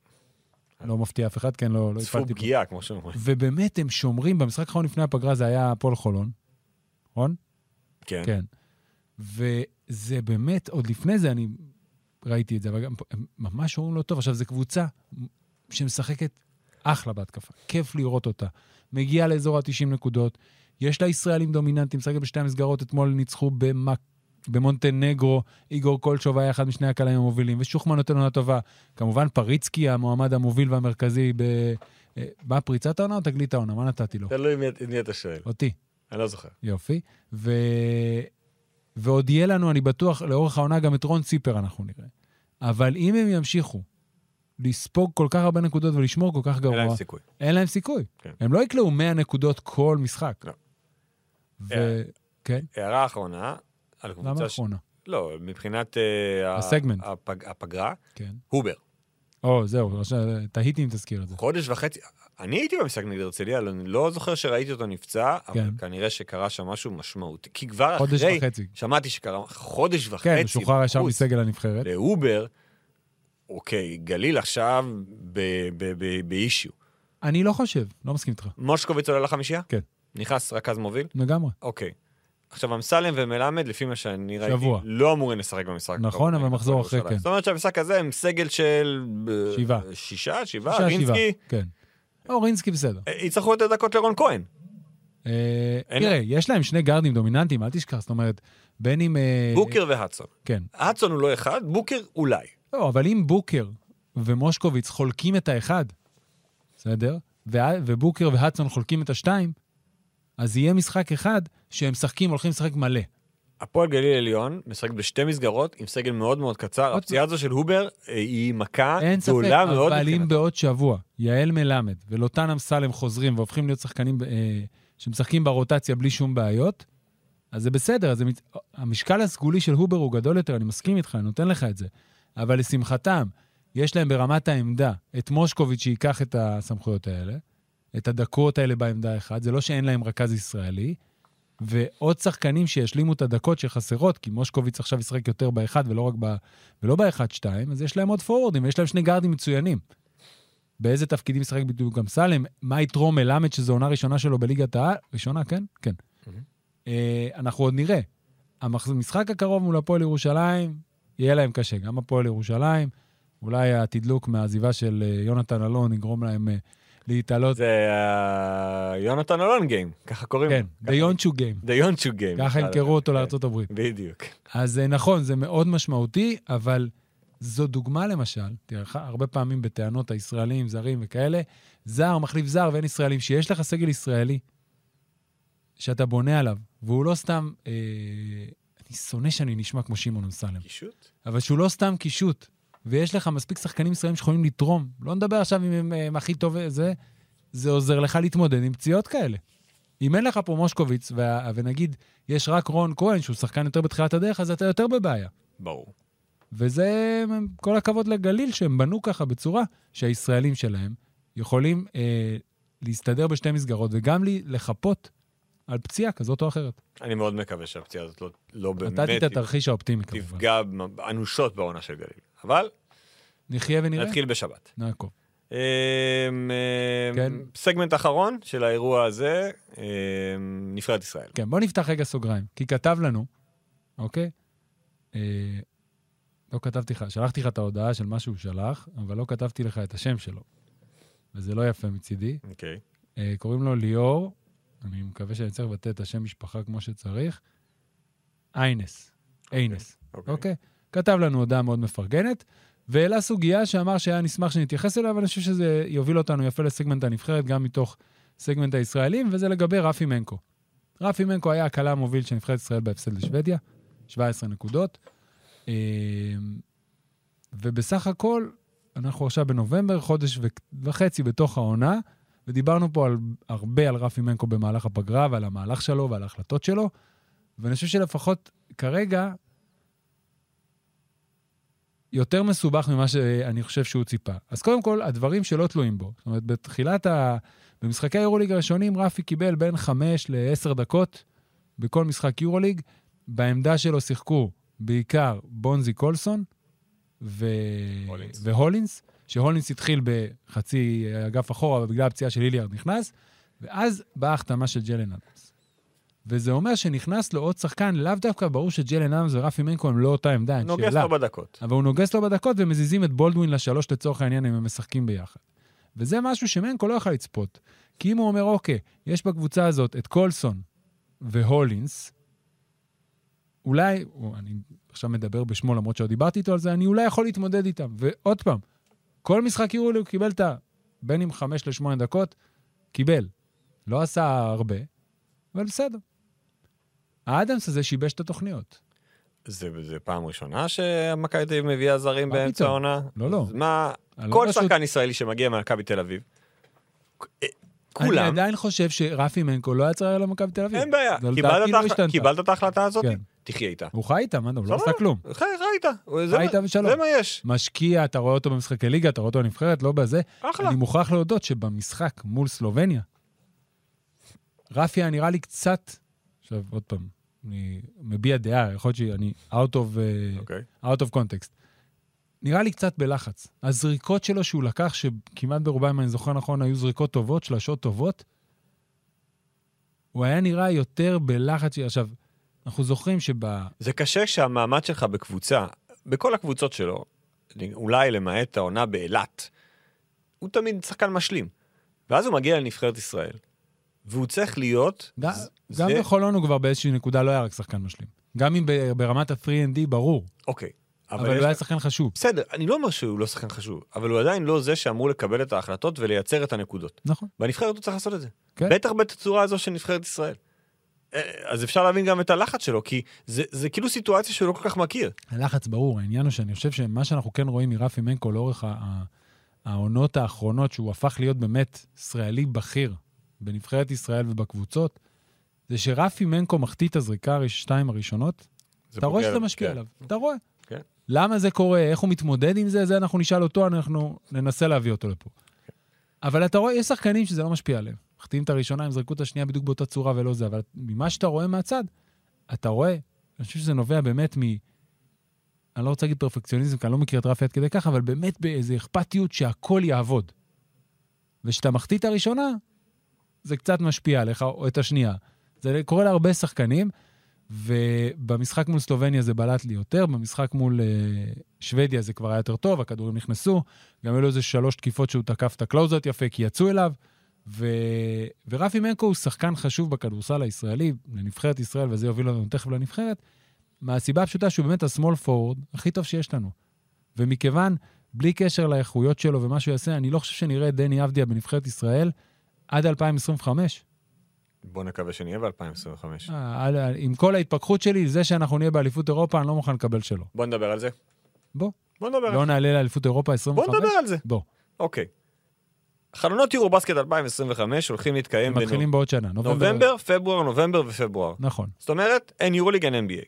S2: לא מפתיע אף אחד, כן, לא, לא
S3: צפו
S2: הפעלתי פה.
S3: פגיעה, כמו שאומרים.
S2: ובאמת הם שומרים, במשחק האחרון לפני הפגרה זה היה הפועל חולון, נכון?
S3: כן.
S2: כן. וזה באמת, עוד לפני זה אני ראיתי את זה, אבל גם פה, הם ממש אומרים לא טוב. עכשיו, זו קבוצה שמשחקת אחלה בהתקפה, כיף לראות אותה. מגיעה לאזור ה-90 נקודות, יש לה ישראלים דומיננטיים, משחקת בשתי המסגרות, אתמול ניצחו במק... במונטנגרו, איגור קולשוב היה אחד משני הקלעים המובילים, ושוחמן נותן עונה טובה. כמובן, פריצקי, המועמד המוביל והמרכזי, ב... אה, מה פריצת העונה או תגלית העונה? מה נתתי לו?
S3: תלוי מי- מי אתה שואל,
S2: אותי.
S3: אני לא זוכר.
S2: יופי. ו... ועוד יהיה לנו, אני בטוח, לאורך העונה גם את רון ציפר אנחנו נראה. אבל אם הם ימשיכו לספוג כל כך הרבה נקודות ולשמור כל כך
S3: אין
S2: גרוע,
S3: להם סיכוי.
S2: אין להם סיכוי.
S3: כן.
S2: הם לא יקלעו 100 נקודות כל משחק.
S3: לא.
S2: ו... כן,
S3: הערה אחרונה, על
S2: למה
S3: קבוצה ש...
S2: האחרונה?
S3: לא, מבחינת... אה, ה-
S2: הסגמנט.
S3: הפג... הפגרה,
S2: כן.
S3: הובר.
S2: או, זהו, עכשיו, תהיתי אם תזכיר את זה.
S3: חודש וחצי, אני הייתי במשחק נגד הרצליה, לא- אני לא זוכר שראיתי אותו נפצע, אבל
S2: כן.
S3: כנראה שקרה שם משהו משמעותי. כי כבר אחרי...
S2: חודש וחצי.
S3: שמעתי שקרה חודש וחצי.
S2: כן, הוא שוחרר ישר
S3: בחוץ
S2: מסגל הנבחרת.
S3: להובר, אוקיי, גליל עכשיו ב- ב- ב- באישיו.
S2: אני לא חושב, לא מסכים איתך.
S3: מושקוביץ עולה לחמישייה?
S2: כן.
S3: נכנס רכז מוביל?
S2: לגמרי.
S3: אוקיי. עכשיו, אמסלם ומלמד, לפי מה שאני ראיתי,
S2: שבוע.
S3: לא אמורים לשחק במשחק.
S2: נכון,
S3: הקרוב.
S2: אבל מחזור אחרי, כן.
S3: ירושלים. זאת אומרת שהמשחק הזה הם סגל של... ב-
S2: שבעה.
S3: שישה, שבעה,
S2: שישה, שבעה.
S3: רינסקי.
S2: כן. אורינסקי בסדר.
S3: אה, יצטרכו לתת דקות לרון כהן.
S2: אה,
S3: אין-
S2: תראה, יש להם שני גארדים דומיננטיים, אל תשכח, זאת אומרת, בין אם... אה,
S3: בוקר והדסון.
S2: כן.
S3: הדסון הוא לא אחד, בוקר אולי.
S2: לא, אבל אם בוקר ומושקוביץ חולקים את האחד, בסדר? וה- ובוקר והדסון חולקים את השתיים, אז יהיה משחק אחד שהם משחקים, הולכים לשחק מלא.
S3: הפועל גליל עליון משחק בשתי מסגרות עם סגל מאוד מאוד קצר.
S2: עוד-
S3: הפציעה הזו של הובר אה, היא מכה
S2: אין ספק,
S3: גדולה מאוד.
S2: אבל אם
S3: מבחינת-
S2: בעוד שבוע יעל מלמד ולוטן אמסלם חוזרים והופכים להיות שחקנים אה, שמשחקים ברוטציה בלי שום בעיות, אז זה בסדר, אז זה מת... המשקל הסגולי של הובר הוא גדול יותר, אני מסכים איתך, אני נותן לך את זה. אבל לשמחתם, יש להם ברמת העמדה את מושקוביץ' שייקח את הסמכויות האלה, את הדקות האלה בעמדה האחת, זה לא שאין להם רכז ישראלי, ועוד שחקנים שישלימו את הדקות שחסרות, כי מושקוביץ עכשיו ישחק יותר באחד ולא רק ב... ולא באחד-שתיים, אז יש להם עוד פורורדים, יש להם שני גארדים מצוינים. באיזה תפקידים ישחק בדיוק אמסלם? מה יתרום מלמד, שזו עונה ראשונה שלו בליגת העל? ראשונה, כן? כן.
S3: מהמם.
S2: אה, אנחנו עוד נראה. המח- המשחק הקרוב מול הפועל ירושלים, יהיה להם קשה. גם הפועל ירושלים, אולי התדלוק מהעזיבה של אה, יונתן אלון יגרום להם אה, להתעלות.
S3: זה אה, יונתן אלון גיים, ככה קוראים.
S2: כן,
S3: לו.
S2: the יונצ'ו גיים.
S3: דה יונצ'ו גיים.
S2: ככה
S3: בכלל.
S2: ימכרו אותו
S3: כן,
S2: לארצות הברית.
S3: בדיוק.
S2: אז אה, נכון, זה מאוד משמעותי, אבל זו דוגמה למשל, תראה, ח- הרבה פעמים בטענות הישראלים, זרים וכאלה, זר מחליף זר ואין ישראלים, שיש לך סגל ישראלי שאתה בונה עליו, והוא לא סתם, אה, אני שונא שאני נשמע כמו שמעון אמסלם,
S3: קישוט?
S2: אבל שהוא לא סתם קישוט, ויש לך מספיק שחקנים ישראלים שיכולים לתרום, לא נדבר עכשיו אם הם, הם הכי טוב, זה, זה עוזר לך להתמודד עם פציעות כאלה. אם אין לך פה מושקוביץ, וה- ונגיד יש רק רון כהן, שהוא שחקן יותר בתחילת הדרך, אז אתה יותר בבעיה.
S3: ברור.
S2: וזה כל הכבוד לגליל שהם בנו ככה בצורה שהישראלים שלהם יכולים אה, להסתדר בשתי מסגרות וגם לי, לחפות על פציעה כזאת או אחרת.
S3: אני מאוד מקווה שהפציעה הזאת לא, לא
S2: נתתי את
S3: באמת
S2: התרחיש האופטימי כמובן.
S3: תפגע במ- אנושות בעונה של גליל. אבל
S2: נחיה ונראה.
S3: נתחיל בשבת.
S2: נעקוב.
S3: אמ,
S2: כן.
S3: אמ, סגמנט אחרון של האירוע הזה, אמ, נבחרת ישראל.
S2: כן, בוא נפתח רגע סוגריים, כי כתב לנו, אוקיי? אה, לא כתבתי לך, שלחתי לך את ההודעה של מה שהוא שלח, אבל לא כתבתי לך את השם שלו. וזה לא יפה מצידי.
S3: אוקיי.
S2: אה, קוראים לו ליאור, אני מקווה שאני צריך לבטא את השם משפחה כמו שצריך, איינס, איינס, אוקיי? כתב לנו הודעה מאוד מפרגנת, והעלה סוגיה שאמר שהיה נשמח שנתייחס אליה, אבל אני חושב שזה יוביל אותנו יפה לסגמנט הנבחרת, גם מתוך סגמנט הישראלים, וזה לגבי רפי מנקו. רפי מנקו היה הקלה המוביל של נבחרת ישראל בהפסד לשוודיה, 17 נקודות. אה, ובסך הכל, אנחנו עכשיו בנובמבר, חודש ו- וחצי בתוך העונה, ודיברנו פה על, הרבה על רפי מנקו במהלך הפגרה, ועל המהלך שלו ועל ההחלטות שלו, ואני חושב שלפחות כרגע, יותר מסובך ממה שאני חושב שהוא ציפה. אז קודם כל, הדברים שלא תלויים בו. זאת אומרת, בתחילת ה... במשחקי היורוליג הראשונים, רפי קיבל בין 5 ל-10 דקות בכל משחק יורוליג. בעמדה שלו שיחקו בעיקר בונזי קולסון ו...
S3: הולינס.
S2: והולינס, שהולינס התחיל בחצי אגף אחורה, ובגלל הפציעה של איליארד נכנס, ואז באה ההחתמה של ג'לן אדמס. וזה אומר שנכנס לו עוד שחקן, לאו דווקא ברור שג'לן אדמס ורפי מנקו הם לא אותה עמדה, אין
S3: נוגס
S2: שאלה.
S3: לו בדקות.
S2: אבל הוא נוגס לו בדקות ומזיזים את בולדווין לשלוש לצורך העניין אם הם משחקים ביחד. וזה משהו שמנקו לא יכל לצפות. כי אם הוא אומר, אוקיי, יש בקבוצה הזאת את קולסון והולינס, אולי, או, אני עכשיו מדבר בשמו למרות שלא דיברתי איתו על זה, אני אולי יכול להתמודד איתם. ועוד פעם, כל משחק יורולי הוא קיבל את ה... בין אם חמש לשמונה דקות, קיבל. לא עשה הרבה, אבל בסדר. האדמס הזה שיבש את התוכניות.
S3: זה, זה פעם ראשונה שמכבי תל אביב מביאה זרים
S2: מה
S3: באמצע
S2: פתאום?
S3: העונה?
S2: לא, לא.
S3: אז מה,
S2: אני לא
S3: כל
S2: פשוט-
S3: שחקן ישראלי שמגיע ממכבי תל אביב, אה,
S2: אני
S3: כולם,
S2: עדיין חושב שרפי מנקו לא היה צריך לעלות למכבי תל אביב.
S3: אין בעיה,
S2: זה
S3: קיבלת
S2: לדעתי
S3: את
S2: לא
S3: ההחלטה-
S2: השתנתה.
S3: קיבלת את ההחלטה הזאת,
S2: כן.
S3: תחיה איתה.
S2: הוא חי איתם, אדם, הוא לא
S3: סבבה.
S2: עשה כלום.
S3: חי חי איתה, זה
S2: חי
S3: מה-
S2: איתה בשלום.
S3: זה מה יש,
S2: משקיע, אתה רואה אותו במשחקי ליגה, אתה רואה אותו בנבחרת, לא בזה.
S3: אחלה.
S2: אני מוכרח להודות שבמשחק מול סלובניה, רפי היה נראה לי קצת, עכשיו עוד פעם, אני מביע דעה, יכול להיות שאני out of, אה,
S3: אוקיי.
S2: out of context. נראה לי קצת בלחץ. הזריקות שלו שהוא לקח, שכמעט ברובם, אם אני זוכר נכון, היו זריקות טובות, שלשות טובות, הוא היה נראה יותר בלחץ. ש- עכשיו, אנחנו זוכרים שב...
S3: זה קשה כשהמעמד שלך בקבוצה, בכל הקבוצות שלו, אולי למעט העונה באילת, הוא תמיד שחקן משלים. ואז הוא מגיע לנבחרת ישראל, והוא צריך להיות...
S2: ג-
S3: זה-
S2: גם
S3: זה-
S2: בחולון הוא כבר באיזושהי נקודה לא היה רק שחקן משלים. גם אם ב- ברמת ה-3ND ברור,
S3: אוקיי.
S2: אבל
S3: יש-
S2: הוא היה שחקן חשוב.
S3: בסדר, אני לא אומר שהוא לא שחקן חשוב, אבל הוא עדיין לא זה שאמור לקבל את ההחלטות ולייצר את הנקודות.
S2: נכון.
S3: בנבחרת הוא צריך לעשות את זה.
S2: כן.
S3: בטח בתצורה הזו של נבחרת ישראל. אה, אז אפשר להבין גם את הלחץ שלו, כי זה, זה כאילו סיטואציה שהוא לא כל כך מכיר.
S2: הלחץ ברור, העניין הוא שאני חושב שמה שאנחנו כן רואים מרפי מנקו לאורך ה- ה- העונות האחרונות, שהוא הפך להיות באמת ישראלי בכיר בנבחרת ישראל ובקבוצות, זה שרפי מנקו מחטיא את הזריקה השתיים הראשונות,
S3: זה
S2: אתה רואה
S3: פוגע-
S2: שזה משפיע
S3: כן.
S2: עליו, אתה רואה.
S3: כן.
S2: למה זה קורה, איך הוא מתמודד עם זה, זה אנחנו נשאל אותו, אנחנו ננסה להביא אותו לפה. אבל אתה רואה, יש שחקנים שזה לא משפיע עליהם. מחטיאים את הראשונה, הם זרקו את השנייה בדיוק באותה צורה ולא זה, אבל ממה שאתה רואה מהצד, אתה רואה, אני חושב שזה נובע באמת מ... אני לא רוצה להגיד פרפקציוניזם, כי אני לא מכיר את רפי עד כדי כך, אבל באמת באיזו אכפתיות שהכל יעבוד. וכשאתה מחטיא את הראשונה, זה קצת משפיע עליך, או את השנייה. זה קורה להרבה שחקנים, ובמשחק מול סלובניה זה בלט לי יותר, במשחק מול אה, שוודיה זה כבר היה יותר טוב, הכדורים נכנסו, גם היו לו איזה שלוש תקיפות שהוא תקף את הקלוזות יפה, כי יצאו אליו. ו... ורפי מנקו הוא שחקן חשוב בכדורסל הישראלי, לנבחרת ישראל, וזה יוביל אותנו תכף לנבחרת, מהסיבה הפשוטה שהוא באמת הסמול פורוורד הכי טוב שיש לנו. ומכיוון, בלי קשר לאיכויות שלו ומה שהוא יעשה, אני לא חושב שנראה את דני אבדיה בנבחרת ישראל עד 2025.
S3: בוא נקווה שנהיה ב-2025.
S2: אה, על- על- עם כל ההתפכחות שלי, זה שאנחנו נהיה באליפות אירופה, אני לא מוכן לקבל שלא.
S3: בוא נדבר על זה.
S2: בוא,
S3: בוא נדבר על זה.
S2: לא נעלה לאליפות אירופה 25?
S3: בוא נדבר על זה.
S2: בוא,
S3: אוקיי. חלונות יורו בסקט 2025 הולכים להתקיים
S2: הם מתחילים בעוד שנה. נובמבר.
S3: נובמבר, פברואר, נובמבר ופברואר.
S2: נכון.
S3: זאת אומרת, אין יורוליג, אין NBA.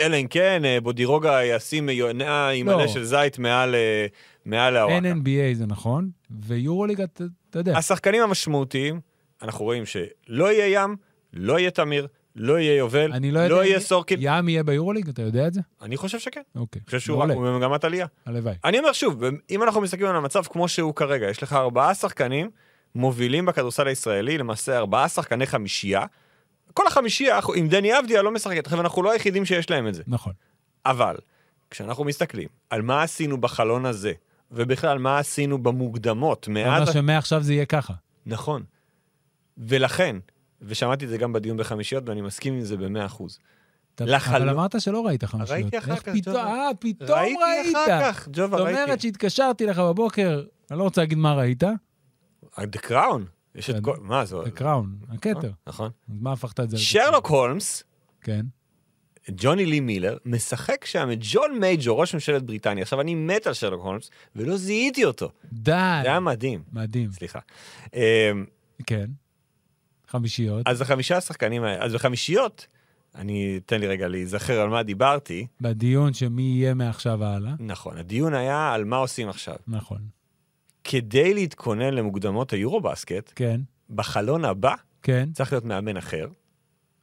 S3: אלא אם כן, אה, בודירוגה ישים יונה עם
S2: לא.
S3: מלא של זית מעל, אה, מעל
S2: אין
S3: הוואקה.
S2: NBA זה נכון, ויורוליג, אתה אתה יודע,
S3: השחקנים המשמעותיים, אנחנו רואים שלא יהיה ים, לא יהיה תמיר, לא יהיה יובל,
S2: אני לא יודע...
S3: לא
S2: אם
S3: יהיה סורקין.
S2: ים יהיה ביורוליג, אתה יודע את זה?
S3: אני חושב שכן.
S2: אוקיי.
S3: אני חושב שהוא רק
S2: מעולה,
S3: הוא במגמת עלייה.
S2: הלוואי.
S3: אני אומר שוב, אם אנחנו מסתכלים על המצב כמו שהוא כרגע, יש לך ארבעה שחקנים מובילים בכדורסל הישראלי, למעשה ארבעה שחקני חמישייה. כל החמישייה, אנחנו- עם דני אבדיה לא משחק, עכשיו אנחנו לא היחידים שיש להם את זה.
S2: נכון.
S3: אבל כשאנחנו מסתכלים על מה עשינו בחלון הזה, ובכלל מה עשינו במוקדמות
S2: אתה אומר
S3: מאז... ש...
S2: שמעכשיו זה יהיה ככה.
S3: נכון. ולכן, ושמעתי את זה גם בדיון בחמישיות, ואני מסכים עם זה במאה אחוז.
S2: אתה-
S3: לחלום.
S2: אבל אמרת שלא ראית חמש שניות.
S3: ראיתי אחר
S2: איך
S3: כך,
S2: פתאום-
S3: ג'ובה.
S2: אה, פתאום ראית.
S3: ראיתי אחר כך, ג'ובה,
S2: זאת
S3: ראיתי.
S2: אומרת שהתקשרתי לך בבוקר, אני לא רוצה להגיד מה ראית,
S3: אה, The Crown. יש את
S2: כן.
S3: כל... מה זה?
S2: זה קראון, הכתר.
S3: נכון.
S2: אז מה הפכת את זה? לזה?
S3: שרלוק הולמס,
S2: כן.
S3: ג'וני לי מילר, משחק שם את ג'ון מייג'ו, ראש ממשלת בריטניה. עכשיו, אני מת על שרלוק הולמס, ולא זיהיתי אותו.
S2: די.
S3: זה היה מדהים.
S2: מדהים.
S3: סליחה. אמ,
S2: כן. חמישיות.
S3: אז החמישה השחקנים האלה, אז בחמישיות, אני, תן לי רגע להיזכר על מה דיברתי.
S2: בדיון שמי יהיה מעכשיו והלאה.
S3: נכון, הדיון היה על מה עושים עכשיו.
S2: נכון.
S3: כדי להתכונן למוקדמות היורו-בסקט,
S2: כן.
S3: בחלון הבא
S2: כן.
S3: צריך להיות מאמן אחר.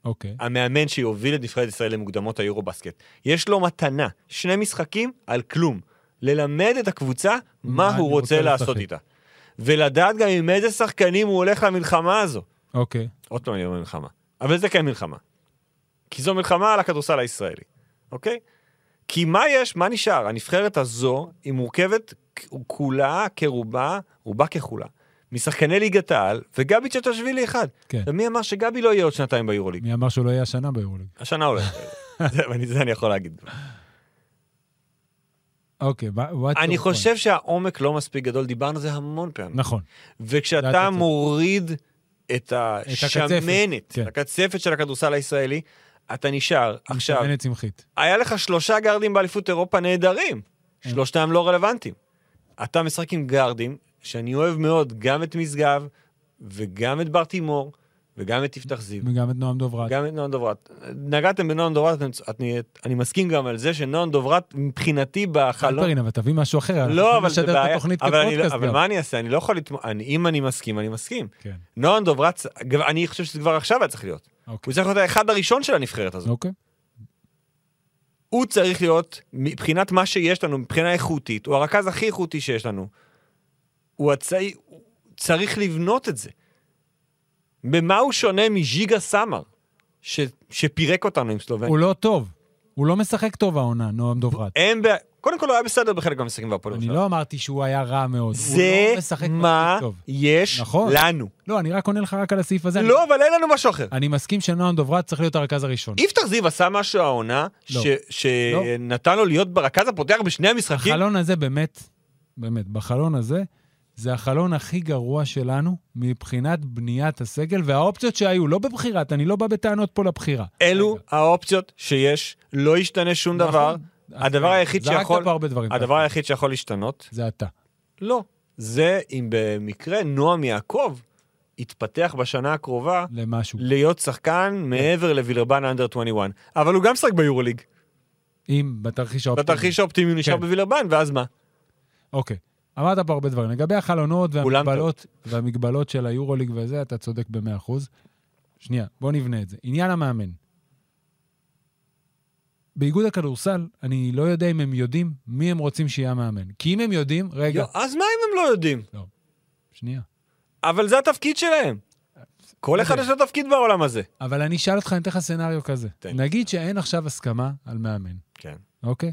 S2: אוקיי.
S3: המאמן שיוביל את נבחרת ישראל למוקדמות היורו-בסקט. יש לו מתנה, שני משחקים על כלום. ללמד את הקבוצה מה
S2: מה
S3: הוא
S2: אני
S3: רוצה
S2: רוצה
S3: לעשות
S2: לשחק.
S3: איתה. ולדעת גם עם איזה שחקנים הוא הולך למלחמה הזו.
S2: אוקיי.
S3: עוד פעם אני אומר מלחמה, אבל זה כן מלחמה. כי זו מלחמה על הכדורסל הישראלי, אוקיי? כי מה יש, מה נשאר? הנבחרת הזו היא מורכבת כ- כולה, כרובה, רובה ככולה, משחקני ליגת העל וגבי צ'טשווילי אחד.
S2: כן.
S3: ומי אמר שגבי לא יהיה עוד שנתיים ביורוליג?
S2: מי אמר שהוא לא יהיה השנה ביורוליג?
S3: השנה עולה. זה ואני- זה אני יכול להגיד.
S2: אוקיי. מה- what's
S3: אני
S2: your point?
S3: חושב שהעומק לא מספיק גדול, דיברנו על זה המון פעמים.
S2: נכון. זה
S3: וכשאתה
S2: הקצפת.
S3: מוריד את
S2: לא. הקצפת,
S3: השמנת,
S2: כן.
S3: הקצפת של הכדורסל הישראלי, אתה נשאר. עכשיו,
S2: מתכוונת צמחית.
S3: היה לך שלושה גארדים באליפות אירופה נהדרים.
S2: כן.
S3: שלושתם לא רלוונטיים. אתה משחק עם גארדים, שאני אוהב מאוד, גם את משגב, וגם את בר תימור, וגם את יפתח זיו,
S2: וגם את נועם דוברת.
S3: גם את נועם דוברת. נגעתם בנועם דוברת, אתם צ- אני, אני מסכים גם על זה שנועם דוברת, מבחינתי בחלום...
S2: אלפרין, אבל תביא משהו אחר. אנחנו
S3: לא,
S2: צריכים
S3: אבל זה
S2: לשדר את
S3: בעיה.
S2: התוכנית
S3: אבל, אני, לא-
S2: כפודקאסט
S3: אבל
S2: גם.
S3: מה אני אעשה? אני לא יכול לתמוך... אם אני מסכים, אני מסכים.
S2: כן.
S3: נועם דוברת, אגב, אני חושב שזה כבר עכשיו היה צריך להיות.
S2: אוקיי.
S3: הוא צריך להיות האחד הראשון של הנבחרת הזאת.
S2: אוקיי.
S3: הוא צריך להיות, מבחינת מה שיש לנו, מבחינה איכותית, הוא הרכז הכי איכותי שיש לנו. הוא הצעי, הוא צריך לבנות את זה. במה הוא שונה מז'יגה סמר, ש, שפירק אותנו עם סלובניה?
S2: הוא לא טוב. הוא לא משחק טוב העונה, נועם דוברת.
S3: אין בעיה, קודם כל הוא היה בסדר בחלק מהמשחקים והפועל
S2: אני
S3: ירושלים.
S2: לא אמרתי שהוא היה רע מאוד. הוא
S3: זה
S2: לא משחק
S3: מה
S2: מספיק טוב.
S3: יש
S2: נכון.
S3: לנו.
S2: לא, אני רק עונה לך רק על הסעיף הזה.
S3: לא, אבל אין לנו משהו אחר.
S2: אני מסכים שנועם דוברת צריך להיות הרכז הראשון.
S3: יפתח זיו עשה משהו העונה,
S2: לא.
S3: ש- שנתן לו להיות ברכז הפותח בשני המשחקים.
S2: החלון הזה באמת, באמת, בחלון הזה, זה החלון הכי גרוע שלנו מבחינת בניית הסגל והאופציות שהיו, לא בבחירת, אני לא בא בטענות פה לבחירה.
S3: אלו
S2: רגע.
S3: האופציות שיש, לא ישתנה שום
S2: נכון.
S3: דבר.
S2: אז
S3: הדבר
S2: כן,
S3: היחיד שיכול-
S2: זרקת פה הרבה דברים.
S3: הדבר היחיד שיכול להשתנות,
S2: זה אתה.
S3: לא. זה אם במקרה נועם יעקב יתפתח בשנה הקרובה
S2: למשהו.
S3: להיות שחקן מעבר לווילרבן אנדר 21. אבל הוא גם שחק ביורוליג.
S2: אם בתרחיש האופטימי.
S3: בתרחיש האופטימי הוא נשאר
S2: כן.
S3: בווילרבן, ואז מה?
S2: אוקיי. אמרת פה הרבה דברים. לגבי החלונות
S3: כולם
S2: והמגבלות, והמגבלות של היורוליג וזה, אתה צודק ב-100%. שנייה, בוא נבנה את זה. עניין המאמן. באיגוד הכדורסל, אני לא יודע אם הם יודעים מי הם רוצים שיהיה המאמן. כי אם הם יודעים, רגע,
S3: יו, אז מה אם הם לא יודעים?
S2: שנייה.
S3: אבל זה התפקיד שלהם. כל אחד יש לו תפקיד בעולם הזה.
S2: אבל אני אשאל אותך, אני אתן לך סצנריו כזה.
S3: תן.
S2: נגיד שאין עכשיו הסכמה על מאמן,
S3: כן.
S2: אוקיי?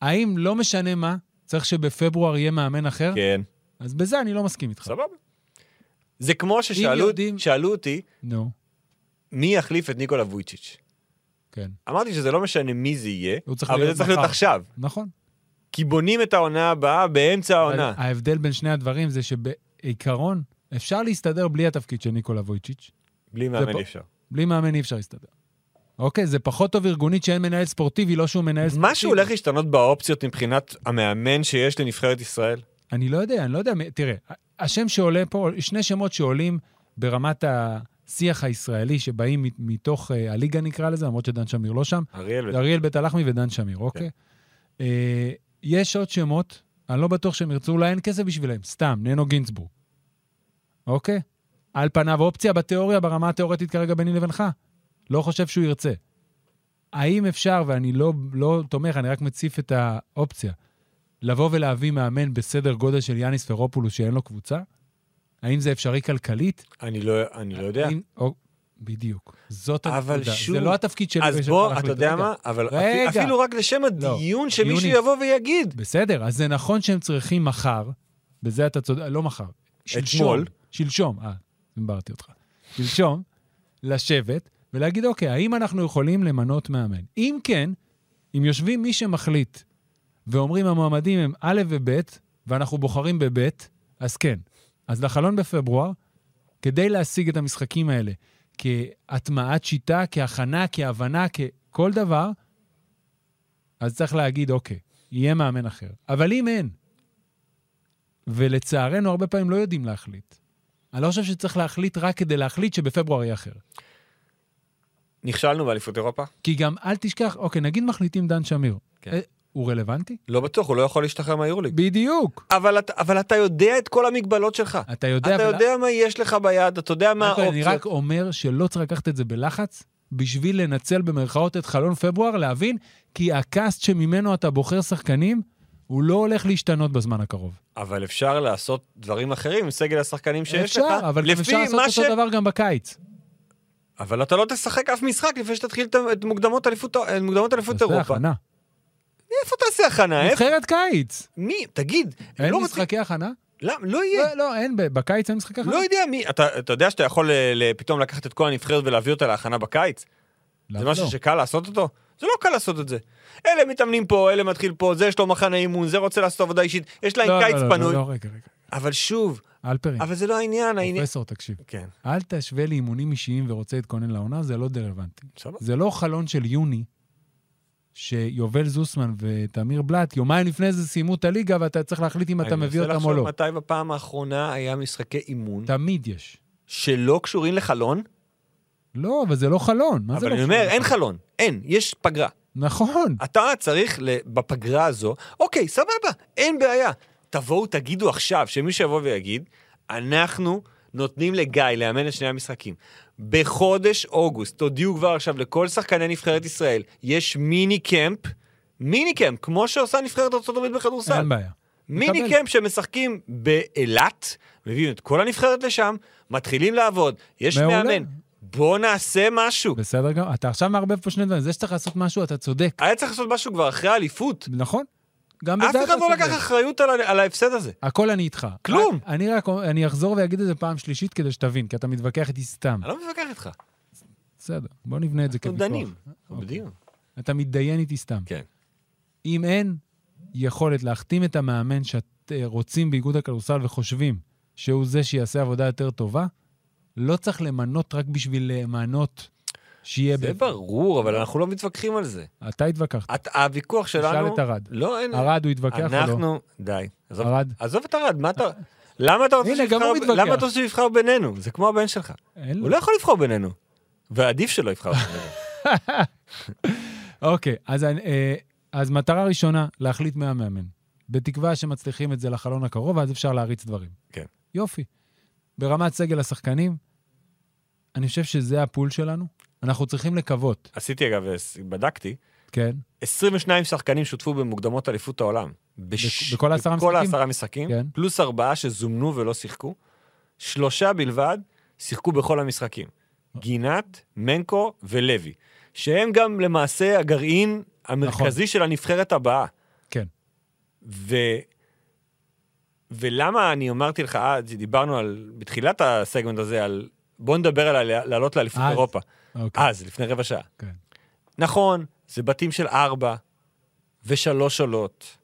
S2: האם לא משנה מה, צריך שבפברואר יהיה מאמן אחר?
S3: כן.
S2: אז בזה אני לא מסכים איתך.
S3: סבבה. זה כמו ששאלו
S2: יודעים-
S3: שאלו אותי,
S2: נו,
S3: מי יחליף את ניקולה וויצ'יץ'?
S2: כן.
S3: אמרתי שזה לא משנה מי זה יהיה,
S2: הוא צריך
S3: אבל
S2: להיות
S3: זה צריך להיות
S2: מחר.
S3: עכשיו.
S2: נכון.
S3: כי בונים את העונה הבאה באמצע
S2: אבל
S3: העונה.
S2: ההבדל בין שני הדברים זה שבעיקרון אפשר להסתדר בלי התפקיד של ניקולה וויצ'יץ',
S3: בלי מאמן
S2: פה-
S3: אי אפשר.
S2: בלי מאמן אי אפשר להסתדר. אוקיי, זה פחות טוב ארגונית שאין מנהל ספורטיבי, לא שהוא מנהל ספורטיבי.
S3: משהו הולך להשתנות באופציות מבחינת המאמן שיש לנבחרת ישראל?
S2: אני לא יודע, אני לא יודע, מ- תראה, השם שעולה פה, שני שמות שעולים ברמת השיח הישראלי שבאים מ- מתוך אה, הליגה נקרא לזה, למרות שדן שמיר לא שם,
S3: אריאל, ו-
S2: אריאל בית הלחמי ודן שמיר, אוקיי?
S3: כן.
S2: אה, יש עוד שמות, אני לא בטוח שהם ירצו, אולי אין כסף בשבילם, סתם, ננו גינצבורג, אוקיי? על פניו אופציה בתיאוריה, ברמה התיאורטית כרגע ביני לבינך. לא חושב שהוא ירצה. האם אפשר, ואני לא, לא תומך, אני רק מציף את האופציה, לבוא ולהביא מאמן בסדר גודל של יאניס פרופולוס שאין לו קבוצה? האם זה אפשרי כלכלית?
S3: אני לא אני לא יודע.
S2: האם- או, בדיוק. זאת
S3: אבל
S2: הנקודה.
S3: שוב,
S2: זה לא התפקיד שלי.
S3: אז
S2: ושלך
S3: בוא,
S2: להחליט.
S3: אתה יודע
S2: רגע,
S3: מה, אבל אפי-
S2: רגע.
S3: אפילו רק לשם
S2: לא.
S3: הדיון שמישהו
S2: יוני.
S3: יבוא ויגיד.
S2: בסדר, אז זה נכון שהם צריכים מחר, בזה אתה צודק, לא מחר, שלשום.
S3: אתמול.
S2: שלשום, אה, המברתי אותך. שלשום, לשבת ולהגיד, אוקיי, האם אנחנו יכולים למנות מאמן? אם כן, אם יושבים מי שמחליט ואומרים המועמדים הם א' וב', ואנחנו בוחרים בב', אז כן. אז לחלון בפברואר, כדי להשיג את המשחקים האלה, כהטמעת שיטה, כהכנה, כהבנה, ככל דבר, אז צריך להגיד, אוקיי, יהיה מאמן אחר. אבל אם אין, ולצערנו הרבה פעמים לא יודעים להחליט, אני לא חושב שצריך להחליט רק כדי להחליט שבפברואר יהיה אחר.
S3: נכשלנו באליפות אירופה?
S2: כי גם אל תשכח, אוקיי, נגיד מחליטים דן שמיר.
S3: כן.
S2: אה, הוא רלוונטי?
S3: לא בטוח, הוא לא יכול להשתחרר מהיורוליג.
S2: בדיוק.
S3: אבל אתה- אבל אתה יודע את כל המגבלות שלך.
S2: אתה יודע,
S3: אתה
S2: אבל-
S3: יודע מה יש לך ביד, אתה יודע מה
S2: אלכוהן, אני רק
S3: האופציות.
S2: אומר שלא צריך לקחת את זה בלחץ, בשביל לנצל במרכאות את חלון פברואר, להבין כי הקאסט שממנו אתה בוחר שחקנים, הוא לא הולך להשתנות בזמן הקרוב.
S3: אבל אפשר לעשות דברים אחרים עם סגל השחקנים שיש לך.
S2: אפשר, אבל גם
S3: לפי
S2: אפשר לעשות
S3: מה
S2: אותו
S3: ש-
S2: דבר גם בקיץ.
S3: אבל אתה לא תשחק אף משחק לפני שתתחיל את- את מוקדמות אליפות את מוקדמות אליפות
S2: אז זה
S3: אירופה.
S2: הכנה.
S3: איפה תעשה הכנה? איפה?
S2: נבחרת קיץ.
S3: מי? תגיד. הם
S2: אין
S3: לא רוצים-
S2: משחקי הכנה?
S3: למה? לא יהיה.
S2: לא, אה, לא, אין, ב- בקיץ אין משחקי הכנה.
S3: לא יודע מי. אתה אתה יודע שאתה יכול אה, ל- פתאום לקחת את כל הנבחרת ולהביא אותה להכנה בקיץ?
S2: למה
S3: זה
S2: לא?
S3: משהו שקל לעשות אותו? זה לא קל לעשות את זה. אלה מתאמנים פה, אלה מתחיל פה, זה יש לו מחנה אימון, זה רוצה לעשות עבודה אישית, יש להם
S2: לא,
S3: קיץ
S2: לא, לא,
S3: פנוי.
S2: לא, אה. לא, רגע, רגע.
S3: אבל שוב,
S2: אלפרין,
S3: אבל זה לא העניין, העניין...
S2: פרופסור, תקשיב.
S3: כן,
S2: אל תשווה לאימונים אישיים ורוצה להתכונן לעונה, זה לא רלוונטי.
S3: סבבה.
S2: זה לא חלון של יוני, שיובל זוסמן ותמיר בלאט, יומיים לפני זה סיימו את הליגה ואתה צריך להחליט אם אתה
S3: אני
S2: מביא
S3: מנסה
S2: אותם או
S3: לחשוב
S2: לא.
S3: מתי בפעם האחרונה היה משחקי אימון
S2: תמיד יש.
S3: שלא קשורים לחלון,
S2: לא, אבל זה לא חלון. מה זה לא
S3: אבל אני
S2: חלון?
S3: אומר, אין חלון, אה, אין, יש פגרה.
S2: נכון.
S3: אתה צריך ל- בפגרה הזו, אוקיי, סבבה, אין בעיה. תבואו, תגידו עכשיו, שמישהו יבוא ויגיד, אנחנו נותנים לגיא לאמן את שני המשחקים. בחודש אוגוסט, תודיעו כבר עכשיו לכל שחקני נבחרת ישראל, יש מיני קמפ, מיני קמפ, כמו שעושה נבחרת ארה"ב בכדורסל.
S2: אין בעיה.
S3: מיני
S2: מקבל.
S3: קמפ שמשחקים באילת, מביאים את כל הנבחרת לשם, מתחילים לעבוד, יש
S2: מעולה.
S3: מאמן, בוא נעשה משהו.
S2: בסדר גמור. אתה עכשיו מערבב פה שני דברים. זה שצריך לעשות משהו, אתה צודק.
S3: היה צריך לעשות משהו כבר אחרי האליפות.
S2: נכון. גם בזה
S3: אף
S2: אתה
S3: אחד לא
S2: צודק.
S3: לקח אחריות על, ה- על ההפסד הזה.
S2: הכל אני איתך.
S3: כלום.
S2: רק- אני רק, אני אחזור ואגיד את זה פעם שלישית כדי שתבין, כי אתה מתווכח איתי סתם.
S3: אני לא מתווכח איתך,
S2: בסדר, בוא נבנה את זה
S3: אנחנו
S2: כוויכוח.
S3: דנים. אנחנו
S2: אוקיי.
S3: בדיון.
S2: אתה מתדיין איתי סתם.
S3: כן.
S2: אם אין יכולת להחתים את המאמן שרוצים באיגוד הכדורסל וחושבים שהוא זה שיעשה עבודה יותר טובה, לא צריך למנות רק בשביל למנות שיהיה...
S3: זה
S2: באפס.
S3: ברור, אבל אנחנו לא מתווכחים על זה.
S2: אתה התווכחת.
S3: את- הוויכוח שלנו...
S2: תשאל את ארד.
S3: לא, אין...
S2: ארד, הוא התווכח או לא?
S3: אנחנו... די. עזוב-
S2: ארד?
S3: עזוב את ארד, מה אתה... למה אתה רוצה
S2: הנה, גם הוא
S3: שיבחר-
S2: מתווכח.
S3: למה אתה רוצה שהוא יבחר בינינו? זה כמו הבן שלך.
S2: אין לו.
S3: הוא לא יכול לבחור בינינו. ועדיף שלא יבחר בינינו.
S2: אוקיי, אז, אני- אה, אז מטרה ראשונה, להחליט מי המאמן. בתקווה שמצליחים את זה לחלון הקרוב, ואז אפשר להריץ דברים.
S3: כן.
S2: יופי. ברמת סגל השחקנים, אני חושב שזה הפול שלנו. אנחנו צריכים לקוות,
S3: עשיתי אגב, אה, בדקתי,
S2: כן?
S3: 22 שחקנים שותפו במוקדמות אליפות העולם. בש-
S2: בכ- בכל העשרה
S3: בכל
S2: משחקים?
S3: העשרה משחקים,
S2: כן.
S3: פלוס ארבעה שזומנו ולא שיחקו. שלושה בלבד שיחקו בכל המשחקים.
S2: אה.
S3: גינת, מנקו ולוי, שהם גם למעשה הגרעין המרכזי של הנבחרת הבאה.
S2: נכון. כן.
S3: ו... ולמה אני אמרתי לך, אה, דיברנו על, בתחילת הסגמנט הזה, על בוא נדבר על ה- לעלות לאליפות
S2: אז.
S3: אירופה.
S2: אוקיי.
S3: אז, לפני רבע שעה.
S2: כן.
S3: נכון, זה בתים של ארבע ושלוש עולות,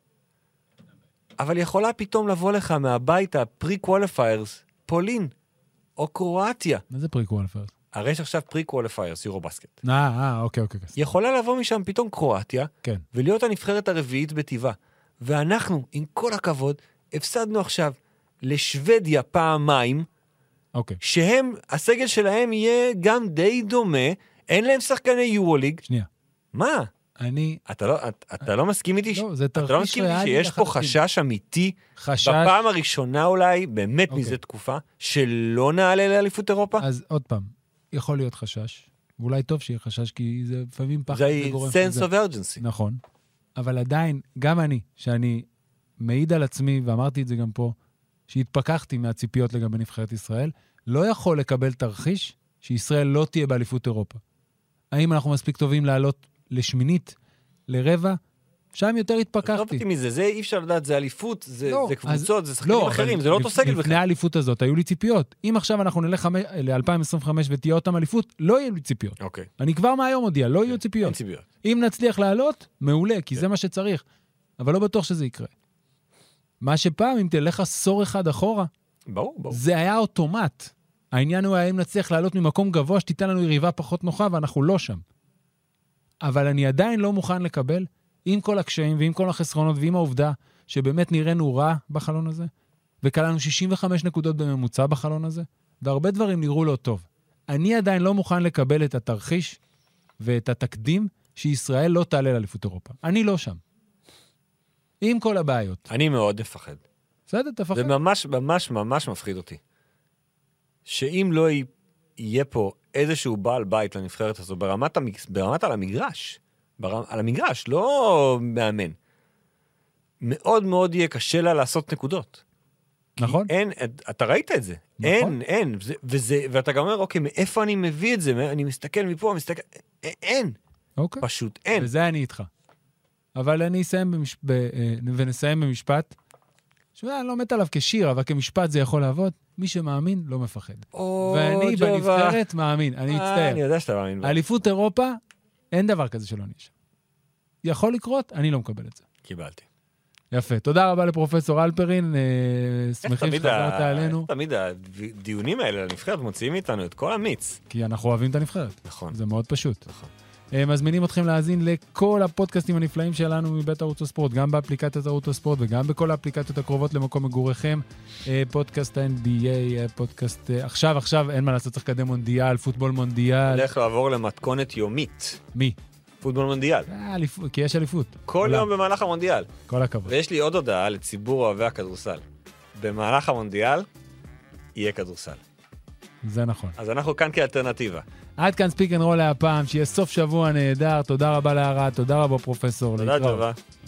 S3: אבל יכולה פתאום לבוא לך מהבית הפרי-קוואליפיירס, פולין או קרואטיה.
S2: מה זה פריקוול פרס?
S3: הרי יש עכשיו פרי-קוואליפיירס, יורו בסקט.
S2: אה, אה, אוקיי, אוקיי, אוקיי.
S3: יכולה לבוא משם פתאום קרואטיה,
S2: כן.
S3: ולהיות הנבחרת הרביעית בטבעה. ואנחנו, עם כל הכבוד, הפסדנו עכשיו לשוודיה פעמיים,
S2: אוקיי.
S3: שהם, הסגל שלהם יהיה גם די דומה, אין להם שחקני יורוליג.
S2: שנייה.
S3: מה?
S2: אני...
S3: אתה לא, אתה, אתה לא מסכים איתי? ש-
S2: לא, זה
S3: אתה לא
S2: תרחיש
S3: מסכים איתי
S2: ריאלי
S3: שיש פה
S2: כאילו לחלוטין.
S3: חשש אמיתי,
S2: חשש...
S3: בפעם הראשונה אולי, באמת
S2: אוקיי.
S3: מזה תקופה, שלא נעלה לאליפות אירופה?
S2: אז עוד פעם, יכול להיות חשש, ואולי טוב שיהיה חשש, כי זה לפעמים פחד
S3: זה sense
S2: לזה.
S3: of urgency.
S2: נכון. אבל עדיין, גם אני, שאני מעיד על עצמי, ואמרתי את זה גם פה, שהתפכחתי מהציפיות לגבי נבחרת ישראל, לא יכול לקבל תרחיש שישראל לא תהיה באליפות אירופה. האם אנחנו מספיק טובים לעלות לשמינית, לרבע? שם יותר
S3: עזוב
S2: התפכחתי.
S3: אותי לא מזה, זה אי אפשר לדעת, זה אליפות, זה
S2: לא,
S3: זה
S2: אז-
S3: קבוצות, זה שחקנים
S2: אבל
S3: אחרים, זה לא אותו
S2: לפ-
S3: סגל
S2: לפני
S3: בכלל.
S2: האליפות הזאת היו לי ציפיות. אם עכשיו אנחנו נלך ל-2025 ותהיה אותם אליפות, לא יהיו לי ציפיות.
S3: אוקיי,
S2: אני כבר מהיום מודיע, לא יהיו
S3: כן. אין
S2: ציפיות.
S3: ציפיות.
S2: אם נצליח לעלות, מעולה, כי זה מה שצריך. אבל לא בטוח שזה יקרה. מה שפעם, אם תלך עשור אחד אחורה,
S3: ברור, ברור.
S2: זה היה אוטומט. העניין הוא האם נצליח לעלות ממקום גבוה שתיתן לנו יריבה פחות נוחה, ואנחנו לא שם. אבל אני עדיין לא מוכן לקבל, עם כל הקשיים ועם כל החסרונות ועם העובדה שבאמת נראינו רע בחלון הזה, וכללנו 65 נקודות בממוצע בחלון הזה, והרבה דברים נראו לא טוב. אני עדיין לא מוכן לקבל את התרחיש ואת התקדים שישראל לא תעלה לאליפות אירופה. אני לא שם. עם כל הבעיות.
S3: אני מאוד מפחד.
S2: בסדר, תפחד.
S3: זה ממש ממש ממש מפחיד אותי. שאם לא י- יהיה פה איזשהו בעל בית לנבחרת הזו ברמת, המג... ברמת על המגרש, בר... על המגרש, לא מאמן, מאוד מאוד יהיה קשה לה לעשות נקודות. כי
S2: נכון?
S3: אין, אתה ראית את זה.
S2: נכון.
S3: אין, אין. וזה, וזה, ואתה גם אומר, אוקיי, מאיפה אני מביא את זה? מה- אני מסתכל מפה, מסתכל... א- אין,
S2: אוקיי.
S3: פשוט אין.
S2: וזה אני איתך. אבל אני אסיים במש... ב... אה, ונסיים במשפט, שאני לא מת עליו כשיר, אבל כמשפט זה יכול לעבוד. מי שמאמין, לא מפחד.
S3: או,
S2: ואני
S3: ג'ובה.
S2: בנבחרת מאמין, אני
S3: אה, אני
S2: מצטער.
S3: יודע שאתה מאמין. בה.
S2: אליפות אירופה, אין דבר כזה שלא נהיה שם. יכול לקרות, אני לא מקבל את זה.
S3: קיבלתי.
S2: יפה. תודה רבה לפרופסור אלפרין, אה,
S3: איך
S2: שמחים
S3: תמיד ה-
S2: שחזרת עלינו,
S3: איך תמיד הדיונים האלה לנבחרת מוציאים מאיתנו את כל המיץ.
S2: כי אנחנו אוהבים את הנבחרת.
S3: נכון.
S2: זה מאוד פשוט.
S3: נכון.
S2: אה, מזמינים אתכם להאזין לכל הפודקאסטים הנפלאים שלנו מבית ערוץ הספורט, גם באפליקציית ערוץ הספורט וגם בכל האפליקציות הקרובות למקום מגוריכם. אה, פודקאסט ה-NBA, אה, פודקאסט... אה, עכשיו, עכשיו, אין מה לעשות, צריך לקדם מונדיאל, פוטבול מונדיאל.
S3: הולך לעבור למתכונת יומית.
S2: מי?
S3: פוטבול מונדיאל.
S2: אה, אליפות, כי יש אליפות.
S3: כל
S2: עולם.
S3: יום במהלך המונדיאל.
S2: כל הכבוד.
S3: ויש לי עוד הודעה לציבור אוהבי הכדורסל. במהלך המונדיאל יהיה כדורסל.
S2: זה נכון.
S3: אז אנחנו כאן כאלטרנטיבה.
S2: עד כאן ספיק אנד רול להפעם, שיהיה סוף שבוע נהדר. תודה רבה להרע, תודה רבה פרופסור.
S3: תודה
S2: להתראות.
S3: טובה.